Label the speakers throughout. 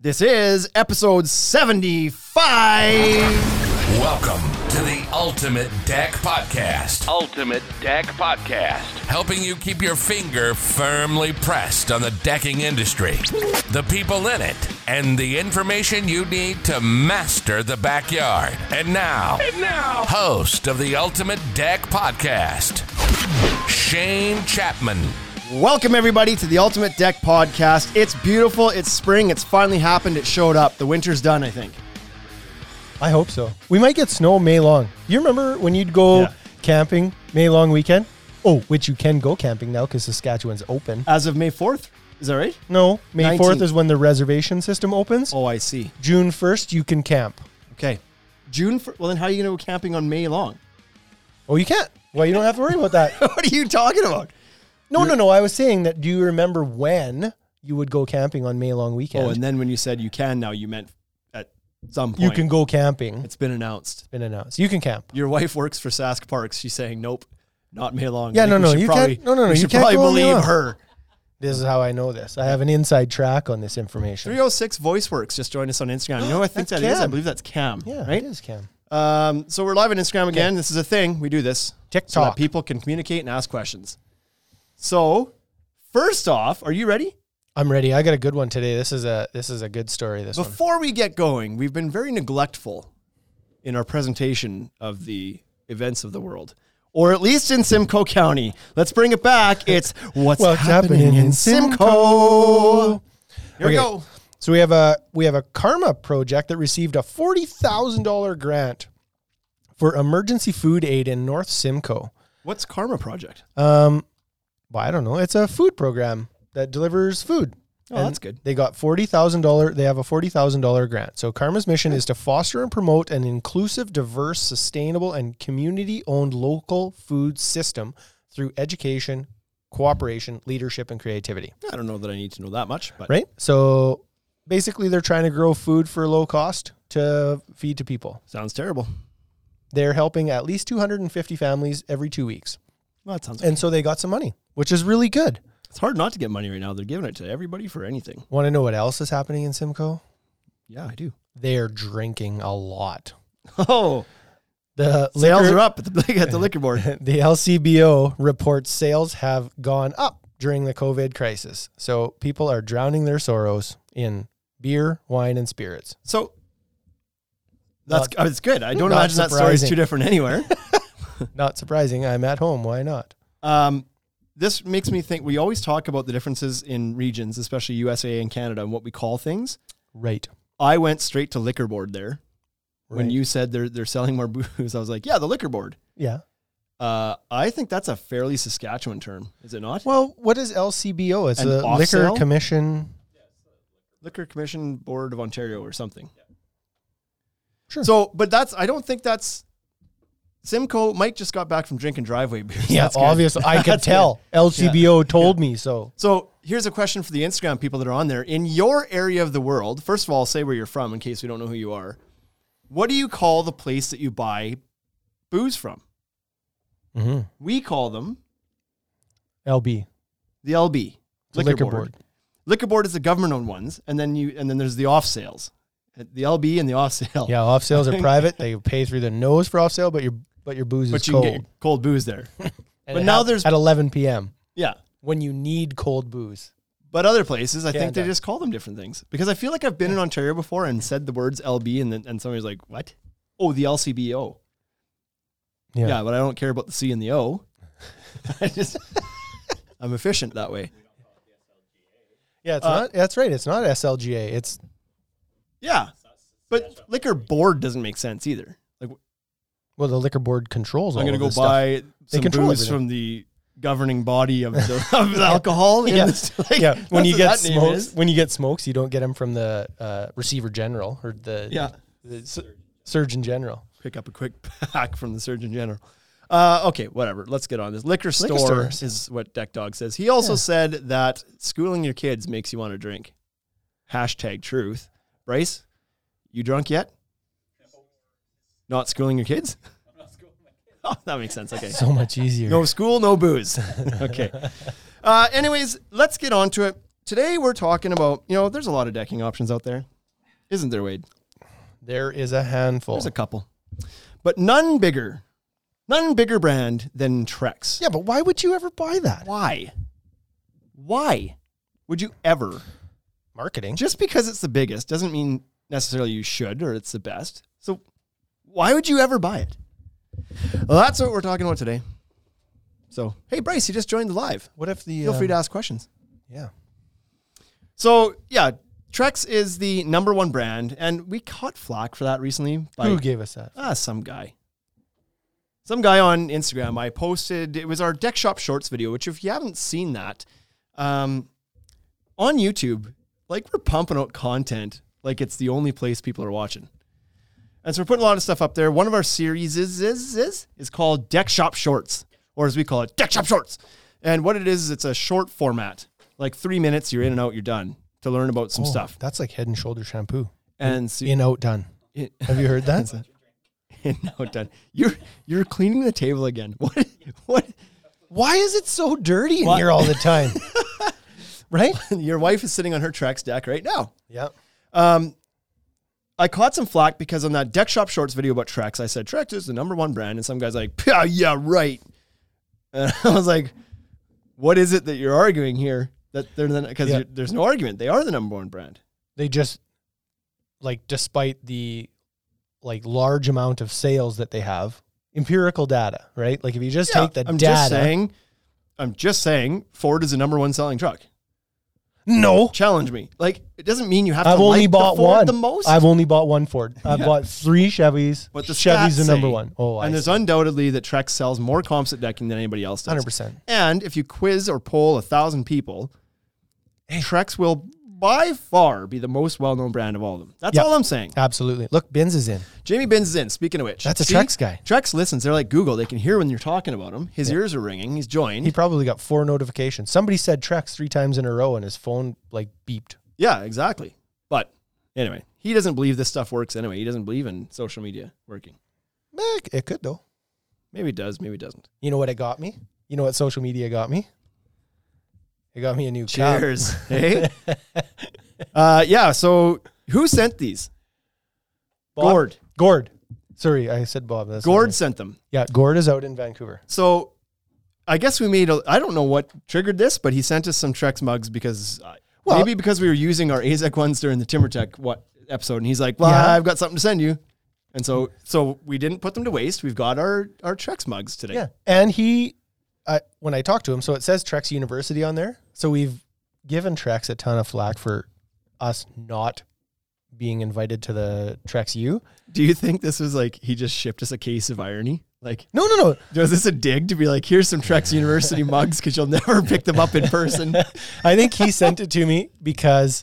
Speaker 1: This is episode 75.
Speaker 2: Welcome to the Ultimate Deck Podcast,
Speaker 3: Ultimate Deck Podcast.
Speaker 2: helping you keep your finger firmly pressed on the decking industry, the people in it, and the information you need to master the backyard. And now,
Speaker 3: Now,
Speaker 2: host of the Ultimate Deck Podcast, Shane Chapman.
Speaker 1: Welcome, everybody, to the Ultimate Deck Podcast. It's beautiful. It's spring. It's finally happened. It showed up. The winter's done, I think.
Speaker 4: I hope so. We might get snow May long. You remember when you'd go
Speaker 1: Yeah.
Speaker 4: camping May long weekend? Oh, which you can go camping now because Saskatchewan's open.
Speaker 1: As of May 4th. Is that right?
Speaker 4: No, May
Speaker 1: 19th.
Speaker 4: fourth is when the reservation system opens.
Speaker 1: Oh, I see.
Speaker 4: June first you can camp.
Speaker 1: Okay. June. fir- well, then how are you going to go camping on May long?
Speaker 4: Oh, you can't. Well, you don't have to worry about that.
Speaker 1: what are you talking about?
Speaker 4: No, no, no. I was saying that. Do you remember when you would go camping on May long weekend?
Speaker 1: Oh, and then when you said you can now, you meant at some point.
Speaker 4: you can go camping. It's
Speaker 1: It's been announced.
Speaker 4: been announced. You can camp.
Speaker 1: Your wife works for Sask Parks. She's saying, nope, not May long. I
Speaker 4: Yeah,
Speaker 1: think
Speaker 4: no,
Speaker 1: we
Speaker 4: no,
Speaker 1: should
Speaker 4: you
Speaker 1: probably-
Speaker 4: can't- no, no, no,
Speaker 1: We
Speaker 4: you
Speaker 1: should
Speaker 4: can't
Speaker 1: probably
Speaker 4: go on May
Speaker 1: believe
Speaker 4: long.
Speaker 1: her.
Speaker 4: This is how I know this. I have an inside track on this information.
Speaker 1: 306 VoiceWorks just joined us on Instagram. You know, who I think
Speaker 4: That's
Speaker 1: that is. I
Speaker 4: Cam.
Speaker 1: believe that's Cam.
Speaker 4: Yeah,
Speaker 1: right.
Speaker 4: it is Cam.
Speaker 1: Um, so we're live on Instagram again. This is a thing. We do this so that
Speaker 4: TikTok.
Speaker 1: people can communicate and ask questions. So, first off, are you ready?
Speaker 4: I'm ready. I got a good one today. This is a this is a good story. This one.
Speaker 1: Before we get going, we've been very neglectful in our presentation of the events of the world, or at least in Simcoe County. Let's bring it back. It's what's,
Speaker 4: What's
Speaker 1: happening,
Speaker 4: happening
Speaker 1: in
Speaker 4: in
Speaker 1: Simcoe. Here we
Speaker 4: Okay.
Speaker 1: go.
Speaker 4: So we have a we have a karma project that received a forty thousand dollar grant for emergency food aid in North Simcoe.
Speaker 1: What's Karma Project?
Speaker 4: Um, well, I don't know. It's a food program that delivers food.
Speaker 1: Oh, that's good.
Speaker 4: They got forty thousand dollar. They have a forty thousand dollar grant. So Karma's mission is to foster and promote an inclusive, diverse, sustainable, and community-owned local food system through education, cooperation, leadership, and creativity.
Speaker 1: I don't know that I need to know that much, but
Speaker 4: Right. So basically, they're trying to grow food for low cost to feed to people.
Speaker 1: sounds terrible.
Speaker 4: They're helping at least 250 families every two weeks.
Speaker 1: Well, that sounds.
Speaker 4: And so they got some money, which is really good.
Speaker 1: It's hard not to get money right now. They're giving it to everybody for anything.
Speaker 4: Want to know what else is happening in Simcoe?
Speaker 1: Yeah, I do.
Speaker 4: They're drinking a lot.
Speaker 1: Oh,
Speaker 4: The
Speaker 1: sales
Speaker 4: liquor-
Speaker 1: are up at the at the liquor board.
Speaker 4: The LCBO reports sales have gone up during the COVID crisis. So people are drowning their sorrows in beer, wine, and spirits.
Speaker 1: So that's
Speaker 4: Not-
Speaker 1: oh, it's good. I don't
Speaker 4: not
Speaker 1: imagine that story's
Speaker 4: surprising.
Speaker 1: too different anywhere.
Speaker 4: Not surprising. I'm at home. Why not?
Speaker 1: Um, this makes me think. We always talk about the differences in regions, especially USA and Canada, and what we call things.
Speaker 4: Right.
Speaker 1: I went straight to liquor board there. When
Speaker 4: Right.
Speaker 1: you said they're they're selling more booze, I was like, yeah, the liquor board.
Speaker 4: Yeah.
Speaker 1: Uh, I think that's a fairly Saskatchewan term, is it not?
Speaker 4: Well, what is LCBO? It's
Speaker 1: An
Speaker 4: the
Speaker 1: off
Speaker 4: Liquor
Speaker 1: sale?
Speaker 4: Commission.
Speaker 1: Liquor Commission Board of Ontario or something.
Speaker 4: Sure.
Speaker 1: So, but that's I don't think that's Simcoe. Mike just got back from drinking driveway beers.
Speaker 4: Yeah,
Speaker 1: That's good.
Speaker 4: obviously. I could
Speaker 1: That's
Speaker 4: tell.
Speaker 1: good.
Speaker 4: LCBO told me so.
Speaker 1: So here's a question for the Instagram people that are on there. In your area of the world, first of all, say where you're from in case we don't know who you are. What do you call the place that you buy booze from?
Speaker 4: Mm-hmm.
Speaker 1: We call them
Speaker 4: LB,
Speaker 1: the LB,
Speaker 4: the liquor, board.
Speaker 1: Liquor board is the government-owned ones, and then you and then there's the off sales, the LB and the off sale.
Speaker 4: Yeah, off sales are private. They pay through the nose for off sale, but your but your booze
Speaker 1: but
Speaker 4: is
Speaker 1: you
Speaker 4: cold.
Speaker 1: can get your cold booze there.
Speaker 4: And
Speaker 1: but
Speaker 4: it
Speaker 1: now
Speaker 4: hap-
Speaker 1: there's-
Speaker 4: at 11 p.m.
Speaker 1: yeah.
Speaker 4: when you need cold booze.
Speaker 1: But other places, I think they
Speaker 4: Canada.
Speaker 1: just call them different things. Because I feel like I've been in Ontario before and said the words LB, and then and somebody's like, "What? Oh, the LCBO." Yeah.
Speaker 4: Yeah.
Speaker 1: but I don't care about the C and the O. I just, I'm efficient that way.
Speaker 4: Yeah, it's
Speaker 1: Uh,
Speaker 4: not. That's right. It's not SLGA. It's
Speaker 1: Yeah, but liquor board doesn't make sense either. Like
Speaker 4: well, the liquor board controls.
Speaker 1: I'm
Speaker 4: all
Speaker 1: gonna
Speaker 4: of
Speaker 1: go
Speaker 4: this stuff.
Speaker 1: buy
Speaker 4: They
Speaker 1: some
Speaker 4: control
Speaker 1: booze
Speaker 4: everything.
Speaker 1: from the governing body of the, of the alcohol. in
Speaker 4: Yeah.
Speaker 1: this- like,
Speaker 4: Yeah, when
Speaker 1: that's
Speaker 4: you
Speaker 1: what
Speaker 4: get
Speaker 1: that name
Speaker 4: smokes,
Speaker 1: is.
Speaker 4: when you get smokes, you don't get them from the uh, receiver general or the
Speaker 1: yeah.
Speaker 4: the sur- surgeon general.
Speaker 1: pick up a quick pack from the Surgeon General. Uh, okay, whatever. Let's get on this. Liquor store
Speaker 4: stores.
Speaker 1: is what Deck Dog says. He also said that schooling your kids makes you want to drink. Hashtag truth. Bryce, you drunk yet? Not schooling your kids? Oh, that makes sense. Okay.
Speaker 4: So much easier.
Speaker 1: No school, no booze. okay. Uh, anyways, let's get on to it. today we're talking about, you know, there's a lot of decking options out there. Isn't there, Wade?
Speaker 4: There is a handful.
Speaker 1: There's a couple. But none bigger, none bigger brand than Trex.
Speaker 4: yeah, but why would you ever buy that?
Speaker 1: Why? Why would you ever?
Speaker 4: Marketing.
Speaker 1: Just because it's the biggest doesn't mean necessarily you should or it's the best. So why would you ever buy it? Well, that's what we're talking about today. So, hey, Bryce, you just joined the live.
Speaker 4: What if the
Speaker 1: Feel free
Speaker 4: um,
Speaker 1: to ask questions.
Speaker 4: Yeah.
Speaker 1: So, yeah, Trex is the number one brand, and we caught flack for that recently by
Speaker 4: Who gave us that?
Speaker 1: Ah, some guy. Some guy on Instagram. I posted it was our deck shop shorts video, which if you haven't seen that, um, on YouTube, like we're pumping out content like it's the only place people are watching. And so we're putting a lot of stuff up there. One of our series is is is, is called Deck Shop Shorts, or as we call it, Deck Shop Shorts. And what it is, is it's a short format, like three minutes. You're in and out. You're done to learn about some
Speaker 4: Oh,
Speaker 1: stuff.
Speaker 4: That's like head and shoulder shampoo.
Speaker 1: And so,
Speaker 4: In out done. Have you heard that?
Speaker 1: no, done. You're you're cleaning the table again. What what?
Speaker 4: why is it so dirty in
Speaker 1: What?
Speaker 4: here all the time? right?
Speaker 1: Your wife is sitting on her Trex deck right now.
Speaker 4: Yeah.
Speaker 1: I caught some flack because on that deck shop shorts video about Trex, I said Trex is the number one brand, and some guys like, "Pah, yeah, right. And I was like, what is it that you're arguing here? That they're because
Speaker 4: Yeah.
Speaker 1: there's no argument. They are the number one brand.
Speaker 4: They just like despite the like large amount of sales that they have, empirical data, right? Like if you just take the
Speaker 1: I'm
Speaker 4: data.
Speaker 1: just saying. I'm just saying. Ford is the number one selling truck.
Speaker 4: no.
Speaker 1: Challenge me. Like it doesn't mean you have
Speaker 4: I've
Speaker 1: to
Speaker 4: only
Speaker 1: like the
Speaker 4: bought
Speaker 1: Ford
Speaker 4: one.
Speaker 1: the most.
Speaker 4: I've only bought one Ford. I've bought three Chevys.
Speaker 1: What the
Speaker 4: Chevy's
Speaker 1: stats
Speaker 4: the number
Speaker 1: say.
Speaker 4: one. Oh, I
Speaker 1: and there's
Speaker 4: see.
Speaker 1: undoubtedly that Trex sells more comps at decking than anybody else does.
Speaker 4: 100%.
Speaker 1: And if you quiz or poll a thousand people, Trex will by far be the most well-known brand of all of them. That's
Speaker 4: Yep.
Speaker 1: all I'm saying.
Speaker 4: Absolutely. Look, Benz is in.
Speaker 1: Jamie Benz is in. Speaking of which,
Speaker 4: That's a Trex guy.
Speaker 1: Trex listens. They're like Google. They can hear when you're talking about him. His ears are ringing. He's joined.
Speaker 4: He probably got four notifications. Somebody said Trex three times in a row and his phone like beeped.
Speaker 1: yeah, exactly. But anyway, he doesn't believe this stuff works. Anyway, he doesn't believe in social media working.
Speaker 4: Eh, It could though.
Speaker 1: Maybe it does. Maybe it doesn't.
Speaker 4: You know what it got me? You know what social media got me? It got me a new cup.
Speaker 1: Cheers. Hey. uh, yeah. So who sent these?
Speaker 4: Bob-
Speaker 1: Gord.
Speaker 4: Gord. Sorry, I said Bob. That's not
Speaker 1: Gord
Speaker 4: me.
Speaker 1: sent them.
Speaker 4: Yeah, Gord is out in Vancouver.
Speaker 1: So I guess we made a, I don't know what triggered this, but he sent us some Trex mugs because uh,
Speaker 4: Well-
Speaker 1: maybe because we were using our AZEC ones during the TimberTech what episode, and he's like, "Well,
Speaker 4: Yeah.
Speaker 1: I've got something to send you," and so so we didn't put them to waste. We've got our our Trex mugs today.
Speaker 4: Yeah, and he, I, when I talked to him, so it says Trex University on there. So we've given Trex a ton of flack for us not being invited to the Trex U.
Speaker 1: Do you think this was like he just shipped us a case of irony? Like,
Speaker 4: No, no, no.
Speaker 1: was this a dig to be like, "Here's some Trex University mugs because you'll never pick them up in person"?
Speaker 4: I think he sent it to me because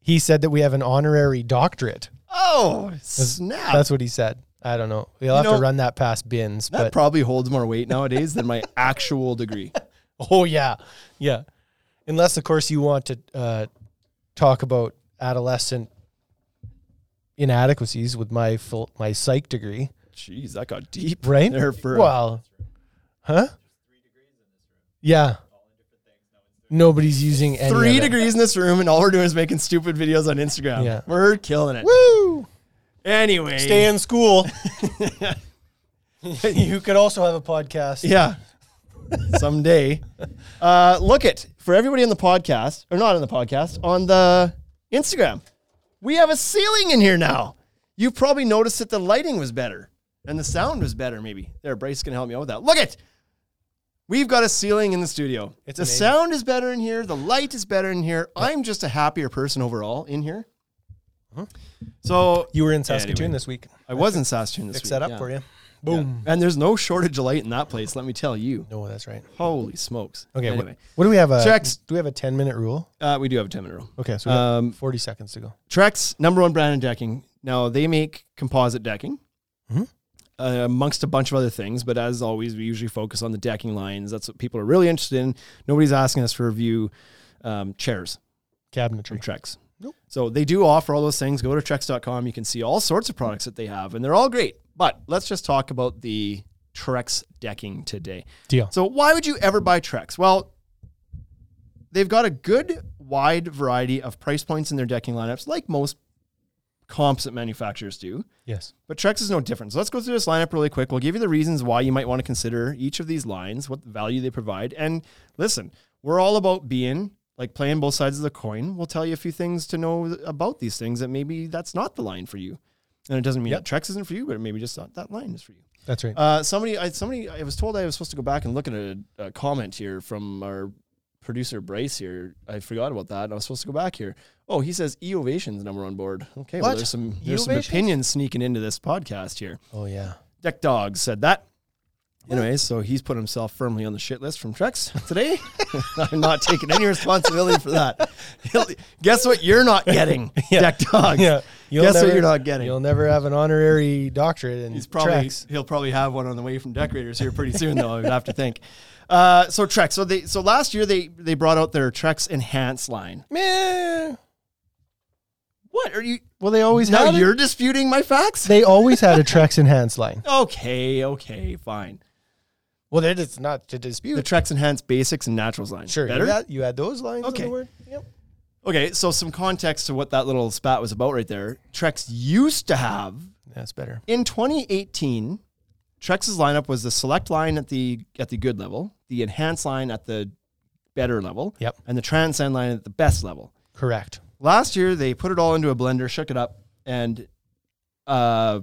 Speaker 4: he said that we have an honorary doctorate.
Speaker 1: Oh snap!
Speaker 4: That's what he said. I don't know. We'll have
Speaker 1: know,
Speaker 4: to run that past bins.
Speaker 1: that
Speaker 4: But
Speaker 1: probably holds more weight nowadays than my actual degree.
Speaker 4: Oh yeah, yeah. Unless of course you want to uh, talk about adolescent inadequacies with my full, my psych degree,
Speaker 1: Jeez, that got deep
Speaker 4: right?
Speaker 1: there for
Speaker 4: well, huh? Yeah. Nobody's using any
Speaker 1: three
Speaker 4: of it.
Speaker 1: degrees in this room, and all we're doing is making stupid videos on Instagram.
Speaker 4: Yeah.
Speaker 1: We're killing it.
Speaker 4: Woo!
Speaker 1: Anyway,
Speaker 4: Stay in school. you could also have a podcast.
Speaker 1: yeah, someday. uh, look it for everybody on the podcast, or not on the podcast, on the Instagram. We have a ceiling in here now. You probably noticed that the lighting was better and the sound was better. Maybe there, Bryce can help me out with that. Look it. We've got a ceiling in the studio.
Speaker 4: It's
Speaker 1: the
Speaker 4: amazing.
Speaker 1: sound is better in here. The light is better in here. I'm just a happier person overall in here. So
Speaker 4: Uh-huh. You were in Saskatoon
Speaker 1: Anyway.
Speaker 4: this week.
Speaker 1: I was in Saskatoon this
Speaker 4: Fix
Speaker 1: week.
Speaker 4: that up
Speaker 1: yeah.
Speaker 4: for you.
Speaker 1: Yeah.
Speaker 4: Boom.
Speaker 1: And there's no shortage of light in that place, let me tell you.
Speaker 4: No, that's right.
Speaker 1: Holy smokes.
Speaker 4: Okay. what-
Speaker 1: Anyway,
Speaker 4: What, do we have? A,
Speaker 1: Trex.
Speaker 4: Do we have a 10 minute rule?
Speaker 1: uh, we do have a 10 minute rule.
Speaker 4: Okay. So we got
Speaker 1: Um,
Speaker 4: 40 seconds to go.
Speaker 1: Trex, number one brand in decking. Now, they make composite decking
Speaker 4: Mhm.
Speaker 1: uh, amongst a bunch of other things, but as always, we usually focus on the decking lines. That's what people are really interested in. Nobody's asking us to review um, chairs from
Speaker 4: Cabinetry.
Speaker 1: Trex.
Speaker 4: Nope.
Speaker 1: So they do offer all those things. Go to Trex.com. You can see all sorts of products that they have, and they're all great. But let's just talk about the Trex decking today.
Speaker 4: Deal.
Speaker 1: So why would you ever buy Trex? Well, they've got a good wide variety of price points in their decking lineups, like most composite manufacturers do.
Speaker 4: Yes.
Speaker 1: But Trex is no different. So let's go through this lineup really quick. We'll give you the reasons why you might want to consider each of these lines, what value they provide. And listen, we're all about being like playing both sides of the coin. We'll tell you a few things to know about these things that maybe that's not the line for you. And it doesn't mean
Speaker 4: Yep.
Speaker 1: that Trex isn't for you, but maybe just not that line is for you.
Speaker 4: That's right.
Speaker 1: Uh, somebody, I, somebody, I was told I was supposed to go back and look at a, a comment here from our producer Brace here. I forgot about that. and I was supposed to go back here. Oh, he says Eovation's number on board. Okay, well,
Speaker 4: What?
Speaker 1: there's some there's some
Speaker 4: Eovation's?
Speaker 1: opinions sneaking into this podcast here.
Speaker 4: oh yeah.
Speaker 1: Deck Dog said that. Anyways, so he's put himself firmly on the shit list from Trex today. I'm not taking any responsibility for that. He'll- Guess what? You're not getting Deck Dog.
Speaker 4: Yeah. You'll
Speaker 1: Guess
Speaker 4: never-
Speaker 1: what? You're not getting.
Speaker 4: You'll never have an honorary doctorate in
Speaker 1: He's probably
Speaker 4: Trex.
Speaker 1: he'll probably have one on the way from decorators here pretty soon though. I would have to think. Uh, so Trex. So they so last year they they brought out their Trex Enhance line.
Speaker 4: Meh.
Speaker 1: What are you?
Speaker 4: Well, they always
Speaker 1: Now
Speaker 4: had. a-
Speaker 1: you're disputing my facts?
Speaker 4: they always had a Trex enhance line.
Speaker 1: Okay, okay, fine.
Speaker 4: Well, that is not to
Speaker 1: The
Speaker 4: dispute.
Speaker 1: Trex Enhance Basics and Naturals line.
Speaker 4: sure,
Speaker 1: better.
Speaker 4: You, had, you had those lines.
Speaker 1: Okay.
Speaker 4: In the word. Yep.
Speaker 1: okay, so some context to what that little spat was about right there. Trex used to have
Speaker 4: That's better.
Speaker 1: in 2018, Trex's lineup was the select line at the at the good level, the enhanced line at the better level,
Speaker 4: Yep.
Speaker 1: and the transcend line at the best level.
Speaker 4: Correct.
Speaker 1: Last year they put it all into a blender, shook it up, and uh,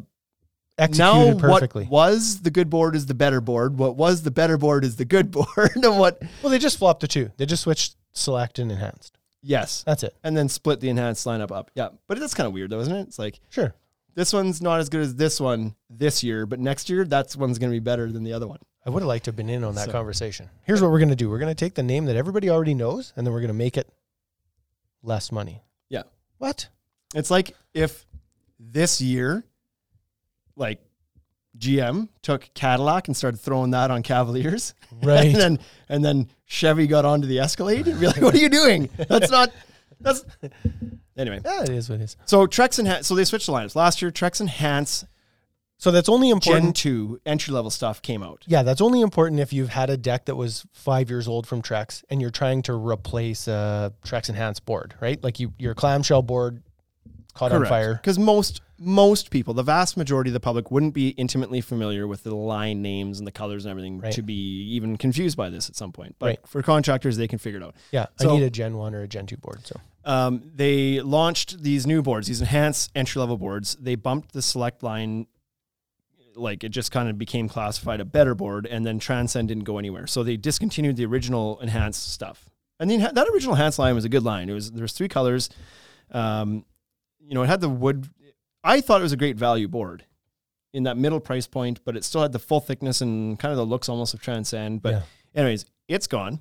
Speaker 1: now
Speaker 4: Executed
Speaker 1: what
Speaker 4: perfectly.
Speaker 1: was the good board is the better board. What was the better board is the good board, and what
Speaker 4: well, they just flopped the two. They just switched select and enhanced.
Speaker 1: yes,
Speaker 4: That's it.
Speaker 1: and then split the enhanced lineup up. Yeah, but that's kind of weird though, isn't it? It's like
Speaker 4: Sure.
Speaker 1: this one's not as good as this one this year, but next year that's one's going to be better than the other one.
Speaker 4: I would have liked to have been in on that conversation. Here's what we're going to do. We're going to take the name that everybody already knows, and then we're going to make it less money.
Speaker 1: Yeah.
Speaker 4: What?
Speaker 1: It's like if this year, like GM took Cadillac and started throwing that on Cavaliers,
Speaker 4: Right.
Speaker 1: and then and then Chevy got onto the Escalade. You'd be like, what are you doing? That's not. That's anyway.
Speaker 4: Yeah, it is what it is.
Speaker 1: So Trex and Han- so they switched the lines last year. Trex and Hans
Speaker 4: So that's only important.
Speaker 1: Gen two entry level stuff came out.
Speaker 4: yeah, that's only important if you've had a deck that was five years old from Trex and you're trying to replace a Trex enhanced board, right? Like you, your clamshell board caught on fire.
Speaker 1: Because most most people, the vast majority of the public, wouldn't be intimately familiar with the line names and the colors and everything
Speaker 4: Right.
Speaker 1: to be even confused by this at some point. But
Speaker 4: Right.
Speaker 1: for contractors, they can figure it out.
Speaker 4: Yeah,
Speaker 1: So-
Speaker 4: I need a Gen One or a Gen Two board. So
Speaker 1: um, they launched these new boards, these enhanced entry level boards. They bumped the select line, like it just kind of became classified a better board, and then Transcend didn't go anywhere. So they discontinued the original enhanced stuff. And then that original enhanced line was a good line. It was there was three colors. Um, you know, it had the wood. I thought it was a great value board in that middle price point, but it still had the full thickness and kind of the looks almost of Transcend. But
Speaker 4: Yeah.
Speaker 1: anyways, it's gone.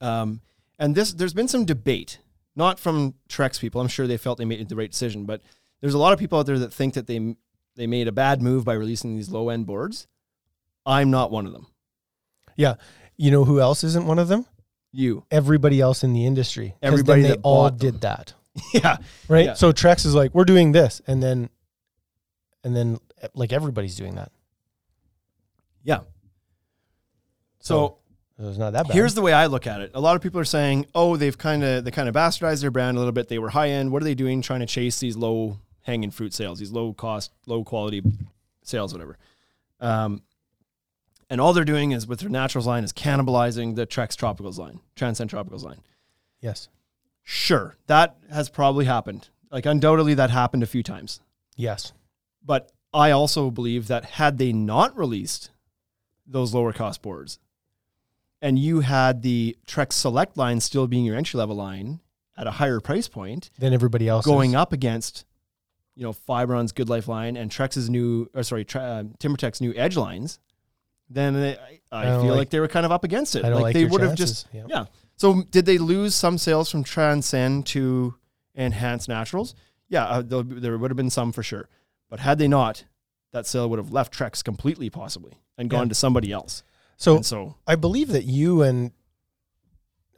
Speaker 1: Um, and this there's been some debate, not from Trex people. I'm sure they felt they made the right decision, but there's a lot of people out there that think that they they made a bad move by releasing these low end boards. I'm not one of them.
Speaker 4: yeah, you know who else isn't one of them?
Speaker 1: You,
Speaker 4: Everybody else in the industry. 'Cause then
Speaker 1: Everybody
Speaker 4: they
Speaker 1: that
Speaker 4: all
Speaker 1: bought them.
Speaker 4: did that,
Speaker 1: yeah,
Speaker 4: right?
Speaker 1: Yeah.
Speaker 4: So Trex is like, we're doing this, and then, and then eh, like everybody's doing that.
Speaker 1: yeah.
Speaker 4: So,
Speaker 1: So
Speaker 4: So it's Oh, not that bad.
Speaker 1: here's the way I look at it. A lot of people are saying, "Oh, they've kind of they kind of bastardized their brand a little bit. They were high end. What are they doing? Trying to chase these low hanging fruit sales, these low cost, low quality sales, whatever." Um, and all they're doing is with their naturals line is cannibalizing the Trex Tropicals line, Transcend Tropicals line.
Speaker 4: yes,
Speaker 1: Sure, that has probably happened. Like undoubtedly, that happened a few times.
Speaker 4: yes,
Speaker 1: But I also believe that had they not released those lower cost boards and you had the Trex Select line still being your entry level line at a higher price point,
Speaker 4: then everybody else
Speaker 1: going
Speaker 4: is,
Speaker 1: up against, you know, Fibron's Good Life line and Trex's new, or sorry, Tre- uh, Timbertech's new Edge lines, then they, I, I,
Speaker 4: I don't
Speaker 1: feel like,
Speaker 4: like-
Speaker 1: they were kind of up against it.
Speaker 4: I don't like
Speaker 1: they
Speaker 4: your
Speaker 1: would have just,
Speaker 4: chances. Yep.
Speaker 1: yeah. So did they lose some sales from Transcend to Enhance Naturals? Yeah, uh, there'll be- there would have been some for sure. But had they not, that sale would have left Trex completely, possibly, and gone
Speaker 4: Yeah.
Speaker 1: to somebody else.
Speaker 4: So
Speaker 1: and so
Speaker 4: I believe that you and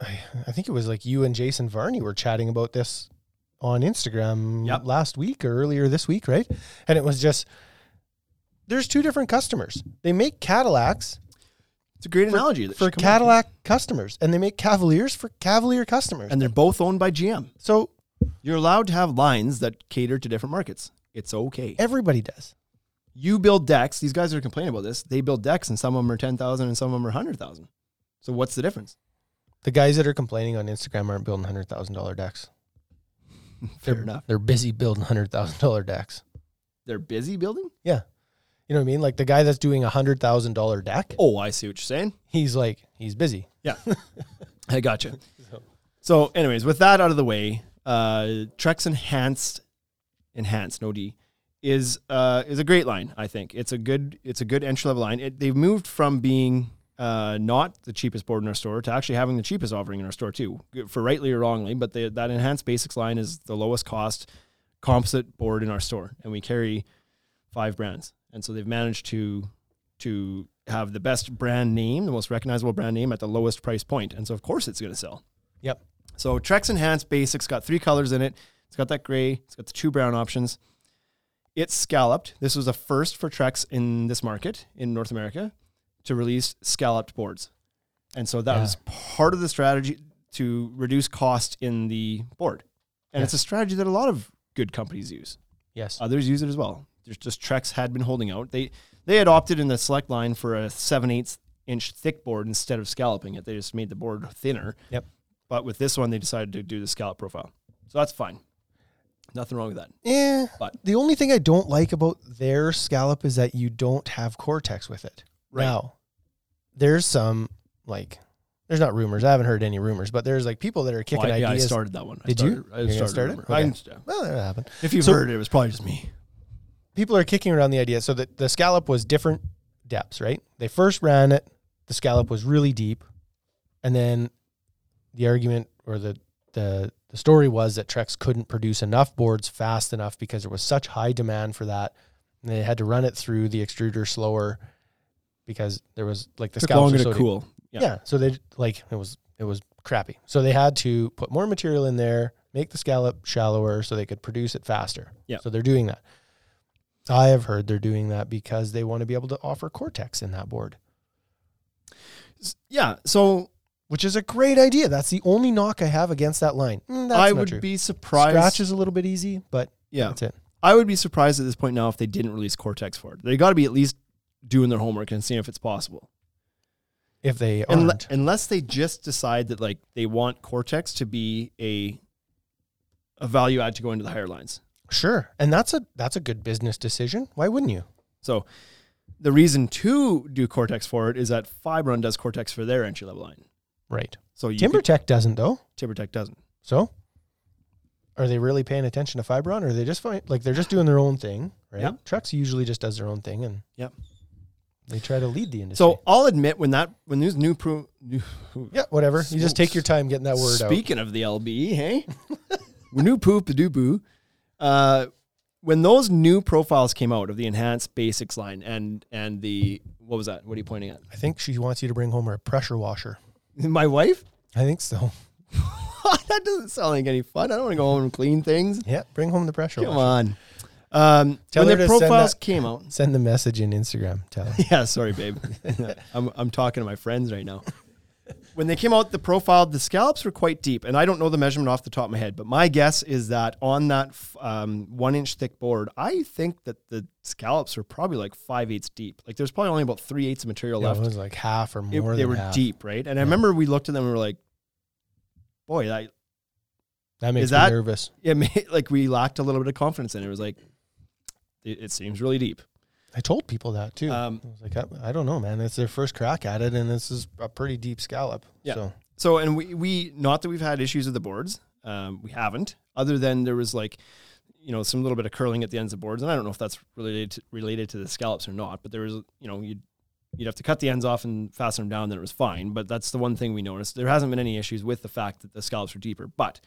Speaker 4: I, I think it was like you and Jason Varney were chatting about this on Instagram
Speaker 1: Yep.
Speaker 4: last week or earlier this week, right? And it was just there's two different customers. They make Cadillacs
Speaker 1: It's a great analogy. that
Speaker 4: for
Speaker 1: should come up.
Speaker 4: Cadillac customers, and they make Cavaliers for Cavalier customers.
Speaker 1: And they're both owned by GM.
Speaker 4: so
Speaker 1: You're allowed to have lines that cater to different markets. It's okay.
Speaker 4: everybody does.
Speaker 1: You build decks. These guys are complaining about this. They build decks, and some of them are 10,000 and some of them are 100,000. So what's the difference?
Speaker 4: The guys that are complaining on Instagram aren't building hundred thousand dollar decks.
Speaker 1: Fair
Speaker 4: they're,
Speaker 1: enough.
Speaker 4: They're busy building hundred thousand dollar decks.
Speaker 1: They're busy building?
Speaker 4: Yeah, you know what I mean. Like the guy that's doing a hundred thousand dollar deck,
Speaker 1: Oh, I see what you're saying.
Speaker 4: he's like he's busy.
Speaker 1: Yeah. I gotcha. So, anyways, with that out of the way, uh, Trex Enhanced, Enhanced, no D, is uh, is a great line. I think it's a good it's a good entry level line. It, they've moved from being uh, not the cheapest board in our store to actually having the cheapest offering in our store too, for rightly or wrongly. But they, that Enhanced Basics line is the lowest cost composite board in our store, and we carry five brands, and so they've managed to to have the best brand name, the most recognizable brand name at the lowest price point, and so of course it's going to sell.
Speaker 4: Yep.
Speaker 1: So Trex Enhanced Basics got three colors in it. It's got that gray. It's got the two brown options. It's scalloped. This was a first for Trex in this market in North America to release scalloped boards, and so that
Speaker 4: Yeah.
Speaker 1: was part of the strategy to reduce cost in the board. And it's a strategy that a lot of good companies use.
Speaker 4: Yes.
Speaker 1: Others use it as well. There's just Trex had been holding out. They they had opted in the select line for a seven eighths inch thick board instead of scalloping it. They just made the board thinner.
Speaker 4: Yep.
Speaker 1: But with this one, they decided to do the scallop profile. So that's fine. Nothing wrong with that.
Speaker 4: Yeah.
Speaker 1: But-
Speaker 4: the only thing I don't like about their scallop is that you don't have Cortex with it.
Speaker 1: Right.
Speaker 4: Now, there's some like there's not rumors. I haven't heard any rumors, but there's like people that are kicking
Speaker 1: Well, I, yeah, I
Speaker 4: ideas.
Speaker 1: started that one. I
Speaker 4: Did
Speaker 1: started,
Speaker 4: you?
Speaker 1: I
Speaker 4: You're gonna
Speaker 1: started.
Speaker 4: start it?
Speaker 1: rumor. I-
Speaker 4: Okay. Well, that happened.
Speaker 1: If you've
Speaker 4: So-
Speaker 1: heard it, it was probably just me.
Speaker 4: people are kicking around the idea. So the, the scallop was different depths, right? They first ran it, the scallop was really deep. And then the argument or the the the story was that Trex couldn't produce enough boards fast enough because there was such high demand for that. And they had to run it through the extruder slower because there was like the
Speaker 1: Took longer
Speaker 4: scallops were
Speaker 1: to
Speaker 4: so deep.
Speaker 1: cool.
Speaker 4: Yeah. So they like it was it was crappy. So they had to put more material in there, make the scallop shallower so they could produce it faster.
Speaker 1: Yeah.
Speaker 4: So they're doing that. I have heard they're doing that because they want to be able to offer Cortex in that board,
Speaker 1: S- Yeah. So
Speaker 4: which is a great idea. That's the only knock I have against that line. Mm, that's
Speaker 1: I
Speaker 4: not
Speaker 1: would
Speaker 4: true.
Speaker 1: be surprised.
Speaker 4: Scratch is a little bit easy, but
Speaker 1: Yeah.
Speaker 4: that's it.
Speaker 1: I would be surprised at this point now if they didn't release Cortex for it. They got to be at least doing their homework and seeing if it's possible.
Speaker 4: If they
Speaker 1: Unle-
Speaker 4: aren't,
Speaker 1: unless they just decide that like they want Cortex to be a a value add to go into the higher lines.
Speaker 4: sure. And that's a that's a good business decision. Why wouldn't you?
Speaker 1: So the reason to do Cortex for it is that Fibron does Cortex for their entry level line.
Speaker 4: Right.
Speaker 1: So you
Speaker 4: Timber
Speaker 1: could-
Speaker 4: Tech doesn't though.
Speaker 1: TimberTech doesn't.
Speaker 4: So, are they really paying attention to Fibron, or are they just fine, like they're just doing their own thing, right?
Speaker 1: Yep.
Speaker 4: Trex usually just does their own thing, and
Speaker 1: Yep.
Speaker 4: they try to lead the industry.
Speaker 1: So I'll admit when that when these new pro new
Speaker 4: yeah, whatever. You just take your time getting that word out.
Speaker 1: Speaking of the LB, hey, new poop the doo boo. Uh, when those new profiles came out of the enhanced basics line and and the what was that? What are you pointing at?
Speaker 4: I think she wants you to bring home her pressure washer.
Speaker 1: My wife?
Speaker 4: I think so.
Speaker 1: that doesn't sound like any fun. I don't want to go home and clean things.
Speaker 4: Yeah, bring home the pressure
Speaker 1: Come
Speaker 4: washer.
Speaker 1: on. Um,
Speaker 4: Tell
Speaker 1: when
Speaker 4: her
Speaker 1: their
Speaker 4: to send
Speaker 1: profiles
Speaker 4: that-
Speaker 1: came out.
Speaker 4: Send the message in Instagram. Tell her.
Speaker 1: Yeah, sorry, babe. I'm, I'm talking to my friends right now. When they came out, the profile, the scallops were quite deep, and I don't know the measurement off the top of my head, but my guess is that on that f- um, one inch thick board, I think that the scallops were probably like five eighths deep. Like there's probably only about three eighths of material
Speaker 4: Yeah, it
Speaker 1: left.
Speaker 4: was like half or
Speaker 1: It-
Speaker 4: more.
Speaker 1: they
Speaker 4: than
Speaker 1: were
Speaker 4: half.
Speaker 1: deep, right? And I remember we looked at them and we were like, boy, that,
Speaker 4: That makes
Speaker 1: Is
Speaker 4: me
Speaker 1: that-
Speaker 4: nervous.
Speaker 1: it made, like we lacked a little bit of confidence in it. It was like, it, it seems really deep.
Speaker 4: I told people that too.
Speaker 1: Um,
Speaker 4: I was like, I, I don't know, man. It's their first crack at it, and this is a pretty deep scallop.
Speaker 1: Yeah.
Speaker 4: So
Speaker 1: So, and we, we not that we've had issues with the boards, um, we haven't. Other than there was like, you know, some little bit of curling at the ends of boards, and I don't know if that's related to, related to the scallops or not. But there was, you know, you'd you'd have to cut the ends off and fasten them down, then it was fine. But that's the one thing we noticed. There hasn't been any issues with the fact that the scallops were deeper. But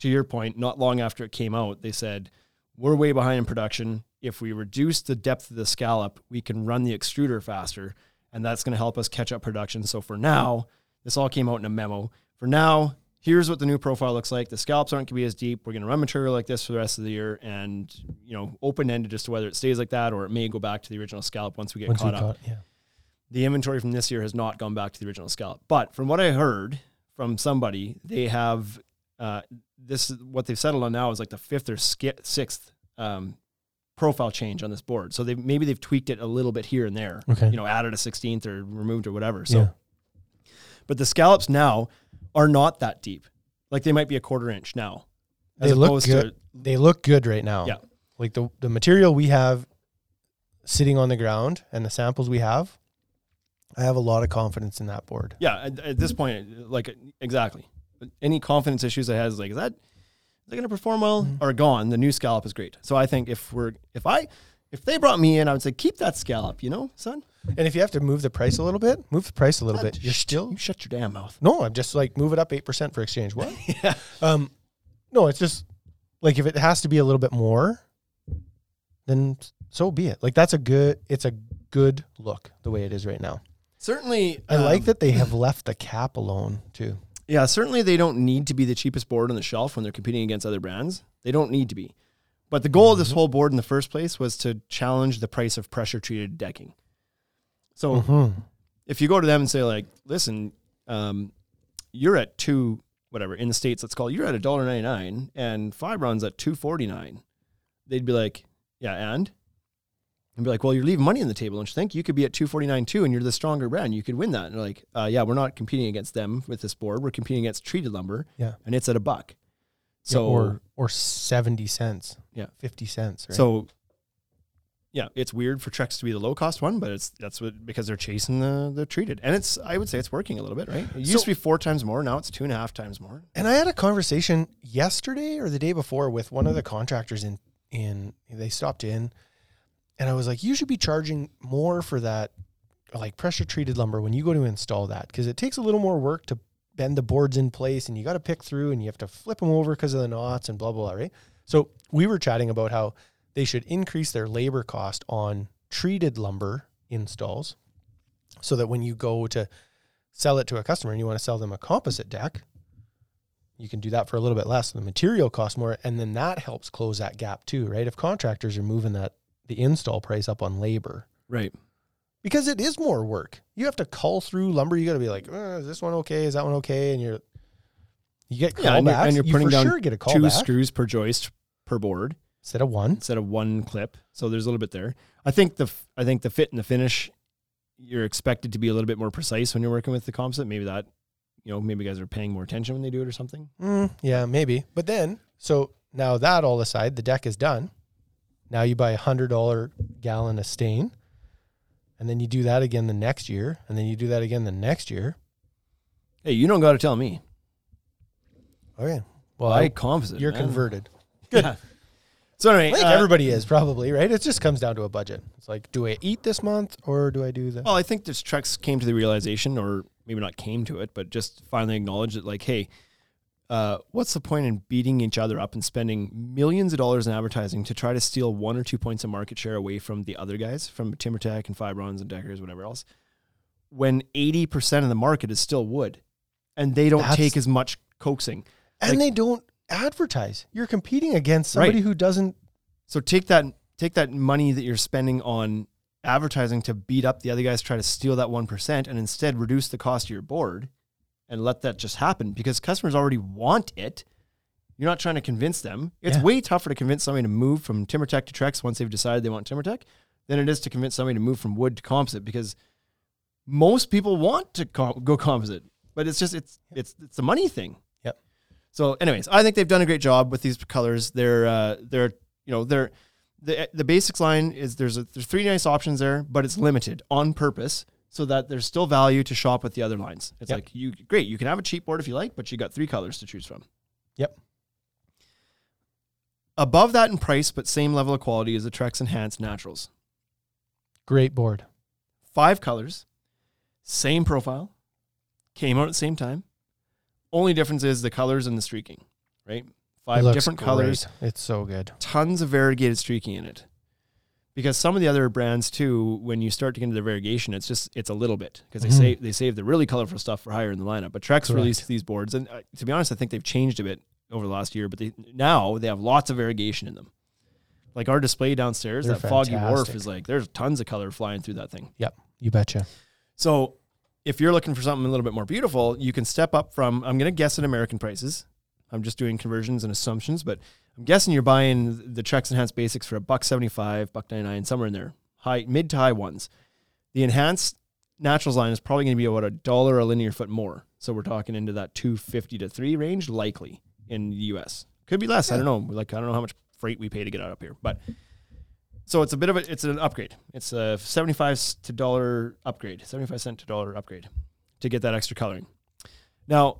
Speaker 1: to your point, not long after it came out, they said we're way behind in production. If we reduce the depth of the scallop, we can run the extruder faster, and that's going to help us catch up production. So for now, this all came out in a memo. For now, here's what the new profile looks like. The scallops aren't going to be as deep. We're going to run material like this for the rest of the year, and you know, open ended as to whether it stays like that or it may go back to the original scallop once we get
Speaker 4: once we
Speaker 1: caught up.
Speaker 4: caught, yeah.
Speaker 1: the inventory from this year has not gone back to the original scallop. But from what I heard from somebody, they have uh, this. What they've settled on now is like the fifth or ski- sixth um, profile change on this board. So they maybe they've tweaked it a little bit here and there.
Speaker 4: Okay.
Speaker 1: You know, added a sixteenth or removed or whatever. So,
Speaker 4: Yeah.
Speaker 1: but the scallops now are not that deep. Like they might be a quarter inch now.
Speaker 4: They look good. they look good right now.
Speaker 1: Yeah.
Speaker 4: Like the the material we have sitting on the ground and the samples we have, I have a lot of confidence in that board.
Speaker 1: yeah at, at this point like exactly any confidence issues i had is like is that is that going to perform well
Speaker 4: Mm-hmm.
Speaker 1: are gone the new scallop is great so i think if we're if i if they brought me in i would say keep that scallop you know son
Speaker 4: And if you have to move the price a little bit, move the price a little bit. You're
Speaker 1: Shh,
Speaker 4: still
Speaker 1: you shut your damn mouth
Speaker 4: no. I'm just like move it up eight percent for exchange. What?
Speaker 1: yeah
Speaker 4: Um, no, it's just like if it has to be a little bit more, then so be it. Like that's a good. It's a good look the way it is right now.
Speaker 1: certainly
Speaker 4: I like
Speaker 1: um,
Speaker 4: that they have left the cap alone too.
Speaker 1: yeah certainly they don't need to be the cheapest board on the shelf when they're competing against other brands they don't need to be but the goal of this whole board in the first place was to challenge the price of pressure treated decking so
Speaker 4: Hmm.
Speaker 1: if you go to them and say like, listen, um, you're at two whatever in the states, let's call it, you're at a dollar ninety nine, and Fibron's at two forty nine, they'd be like, yeah, and. And be like, well, you're leaving money on the table, don't you think? You could be at 249 too, and you're the stronger brand. You could win that. And they're like, uh, yeah, we're not competing against them with this board. We're competing against treated lumber,
Speaker 4: Yeah.
Speaker 1: and it's at a buck.
Speaker 4: Yeah,
Speaker 1: So,
Speaker 4: or or seventy cents.
Speaker 1: Yeah.
Speaker 4: fifty cents. Right?
Speaker 1: so, yeah, it's weird for Trex to be the low cost one, but it's that's what because they're chasing the the treated, and it's I would say it's working a little bit, right? It used to be four times more, now it's two and a half times more.
Speaker 4: and I had a conversation yesterday or the day before with one of the contractors in in they stopped in, and I was like, you should be charging more for that, like pressure treated lumber when you go to install that because it takes a little more work to bend the boards in place and you got to pick through and you have to flip them over because of the knots and blah blah blah. Right. So we were chatting about how they should increase their labor cost on treated lumber installs so that when you go to sell it to a customer and you want to sell them a composite deck, you can do that for a little bit less. The material costs more, and then that helps close that gap too, right? If contractors are moving that the install price up on labor
Speaker 1: Right.
Speaker 4: because it is more work. You have to call through lumber. You got to be like, uh, is this one okay? Is that one okay? And you're you get callbacks.
Speaker 1: Yeah, and you're, and you're
Speaker 4: you
Speaker 1: putting
Speaker 4: for
Speaker 1: down
Speaker 4: sure get a call
Speaker 1: two
Speaker 4: back
Speaker 1: screws per joist per board
Speaker 4: instead of one.
Speaker 1: instead of one clip. So there's a little bit there. I think the f- I think the fit and the finish, you're expected to be a little bit more precise when you're working with the composite. Maybe that, you know, maybe guys are paying more attention when they do it or something.
Speaker 4: Mm, yeah, maybe. But then, so now that all aside, the deck is done. Now you buy a hundred dollar gallon of stain, and then you do that again the next year, and then you do that again the next year.
Speaker 1: Hey, you don't got to tell me.
Speaker 4: Okay. Well,
Speaker 1: Buy
Speaker 4: I,
Speaker 1: composite.
Speaker 4: you're
Speaker 1: man.
Speaker 4: converted.
Speaker 1: Yeah. So anyway,
Speaker 4: I think
Speaker 1: uh,
Speaker 4: everybody is probably right. It just comes down to a budget. It's like, do I eat this month or do I do the?
Speaker 1: Well, I think this Trex came to the realization, or maybe not came to it, but just finally acknowledged that, like, hey, uh, what's the point in beating each other up and spending millions of dollars in advertising to try to steal one or two points of market share away from the other guys, from TimberTech and Fibrons and Deckers, whatever else, when 80% of the market is still wood and they don't
Speaker 4: That's-
Speaker 1: take as much coaxing?
Speaker 4: and they don't advertise. You're competing against somebody
Speaker 1: Right.
Speaker 4: who doesn't.
Speaker 1: So take that take that money that you're spending on advertising to beat up the other guys, try to steal that one percent, and instead reduce the cost of your board and let that just happen because customers already want it. You're not trying to convince them. It's
Speaker 4: Yeah.
Speaker 1: way tougher to convince somebody to move from TimberTech to Trex once they've decided they want TimberTech than it is to convince somebody to move from wood to composite because most people want to co- go composite, but it's just it's it's it's a money thing.
Speaker 4: Yep.
Speaker 1: So, anyways, I think they've done a great job with these colors. They're uh, they're you know they're the the basics line is there's a, there's three nice options there, but it's limited on purpose so that there's still value to shop with the other lines. It's
Speaker 4: Yep.
Speaker 1: like you great you can have a cheap board if you like, but you got three colors to choose from.
Speaker 4: Yep.
Speaker 1: Above that in price, but same level of quality is the Trex Enhanced Naturals.
Speaker 4: Great board.
Speaker 1: Five colors, same profile, came out at the same time. Only difference is the colors and the streaking, right?
Speaker 4: It
Speaker 1: Five
Speaker 4: looks
Speaker 1: different
Speaker 4: great.
Speaker 1: colors,
Speaker 4: It's so good.
Speaker 1: tons of variegated streaking in it. Because some of the other brands too, when you start to get into the variegation, it's just it's a little bit because they
Speaker 4: Mhm.
Speaker 1: save they save the really colorful stuff for higher in the lineup. But Trex
Speaker 4: Correct.
Speaker 1: released these boards, and uh, to be honest, I think they've changed a bit over the last year. But they now they have lots of variegation in them. Like our display downstairs,
Speaker 4: They're
Speaker 1: that foggy wharf
Speaker 4: fantastic.
Speaker 1: is like there's tons of color flying through that thing.
Speaker 4: Yep. You betcha.
Speaker 1: So if you're looking for something a little bit more beautiful, you can step up from, I'm going to guess at American prices. I'm just doing conversions and assumptions, but I'm guessing you're buying the Trex Enhanced Basics for a buck 75, buck 99, somewhere in there, high, mid to high ones. The Enhanced Naturals line is probably going to be about a dollar a linear foot more. So we're talking into that 250 to 3 range, likely in the US. Could be less. I don't know. Like, I don't know how much freight we pay to get out up here, but so it's a bit of a it's an upgrade. It's a seventy five to dollar upgrade, seventy five cent to dollar upgrade to get that extra coloring. Now,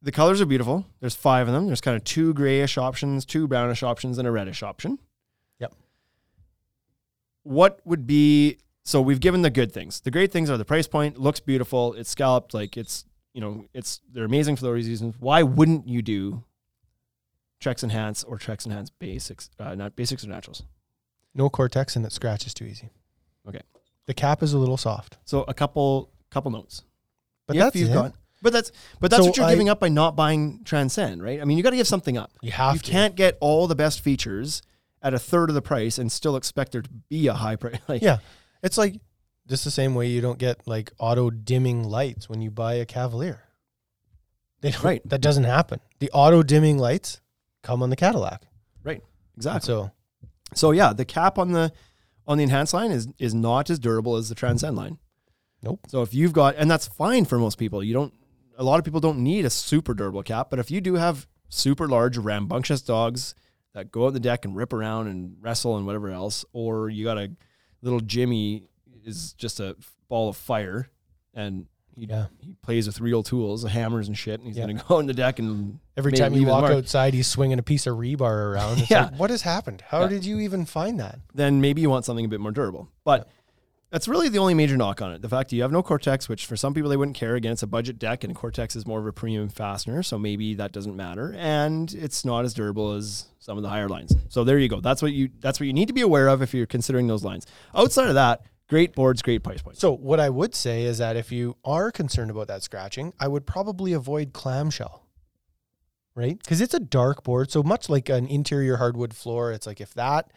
Speaker 1: the colors are beautiful. There's five of them. There's kind of two grayish options, two brownish options, and a reddish option.
Speaker 4: Yep.
Speaker 1: What would be so we've given the good things. The great things are the price point, looks beautiful, it's scalloped, like it's you know, it's they're amazing for those reasons. Why wouldn't you do Trex Enhance or Trex Enhance Basics? Uh, not Basics or Naturals.
Speaker 4: No cortex and it scratches too easy.
Speaker 1: Okay.
Speaker 4: The cap is a little soft,
Speaker 1: So a couple couple notes.
Speaker 4: but
Speaker 1: If
Speaker 4: that's
Speaker 1: you've
Speaker 4: it.
Speaker 1: got- but that's but that's
Speaker 4: So
Speaker 1: what you're
Speaker 4: I-
Speaker 1: giving up by not buying Transcend, right? I mean, you got to give something up.
Speaker 4: You have
Speaker 1: you
Speaker 4: to.
Speaker 1: can't get all the best features at a third of the price and still expect there to be a high price. Like,
Speaker 4: Yeah, it's like just the same way you don't get like auto dimming lights when you buy a Cavalier. They don't,
Speaker 1: Right.
Speaker 4: That doesn't happen. The auto dimming lights come on the Cadillac.
Speaker 1: right.
Speaker 4: And
Speaker 1: Exactly. So,
Speaker 4: so
Speaker 1: yeah, the cap on the on the enhanced line is is not as durable as the Transcend line.
Speaker 4: Nope.
Speaker 1: So if you've got and that's fine for most people. You don't a lot of people don't need a super durable cap, but if you do have super large rambunctious dogs that go out the deck and rip around and wrestle and whatever else, or you got a little Jimmy is just a ball of fire and he,
Speaker 4: Yeah.
Speaker 1: he plays with real tools, hammers and shit, and he's
Speaker 4: Yeah.
Speaker 1: gonna go on the deck and
Speaker 4: every
Speaker 1: make-
Speaker 4: time you
Speaker 1: leave his
Speaker 4: walk
Speaker 1: mark.
Speaker 4: outside, he's swinging a piece of rebar around. It's
Speaker 1: Yeah.
Speaker 4: like, what has happened? How
Speaker 1: Yeah.
Speaker 4: did you even find that?
Speaker 1: then maybe you want something a bit more durable. But that's really the only major knock on it. The fact that you have no Cortex, which for some people they wouldn't care. Again, it's a budget deck, and Cortex is more of a premium fastener, so maybe that doesn't matter. And it's not as durable as some of the higher lines. So there you go. That's what you that's what you need to be aware of if you're considering those lines. Outside of that, great boards, great price points.
Speaker 4: So what I would say is that if you are concerned about that scratching, I would probably avoid clamshell. Right? Cuz it's a dark board, so much like an interior hardwood floor, it's like if that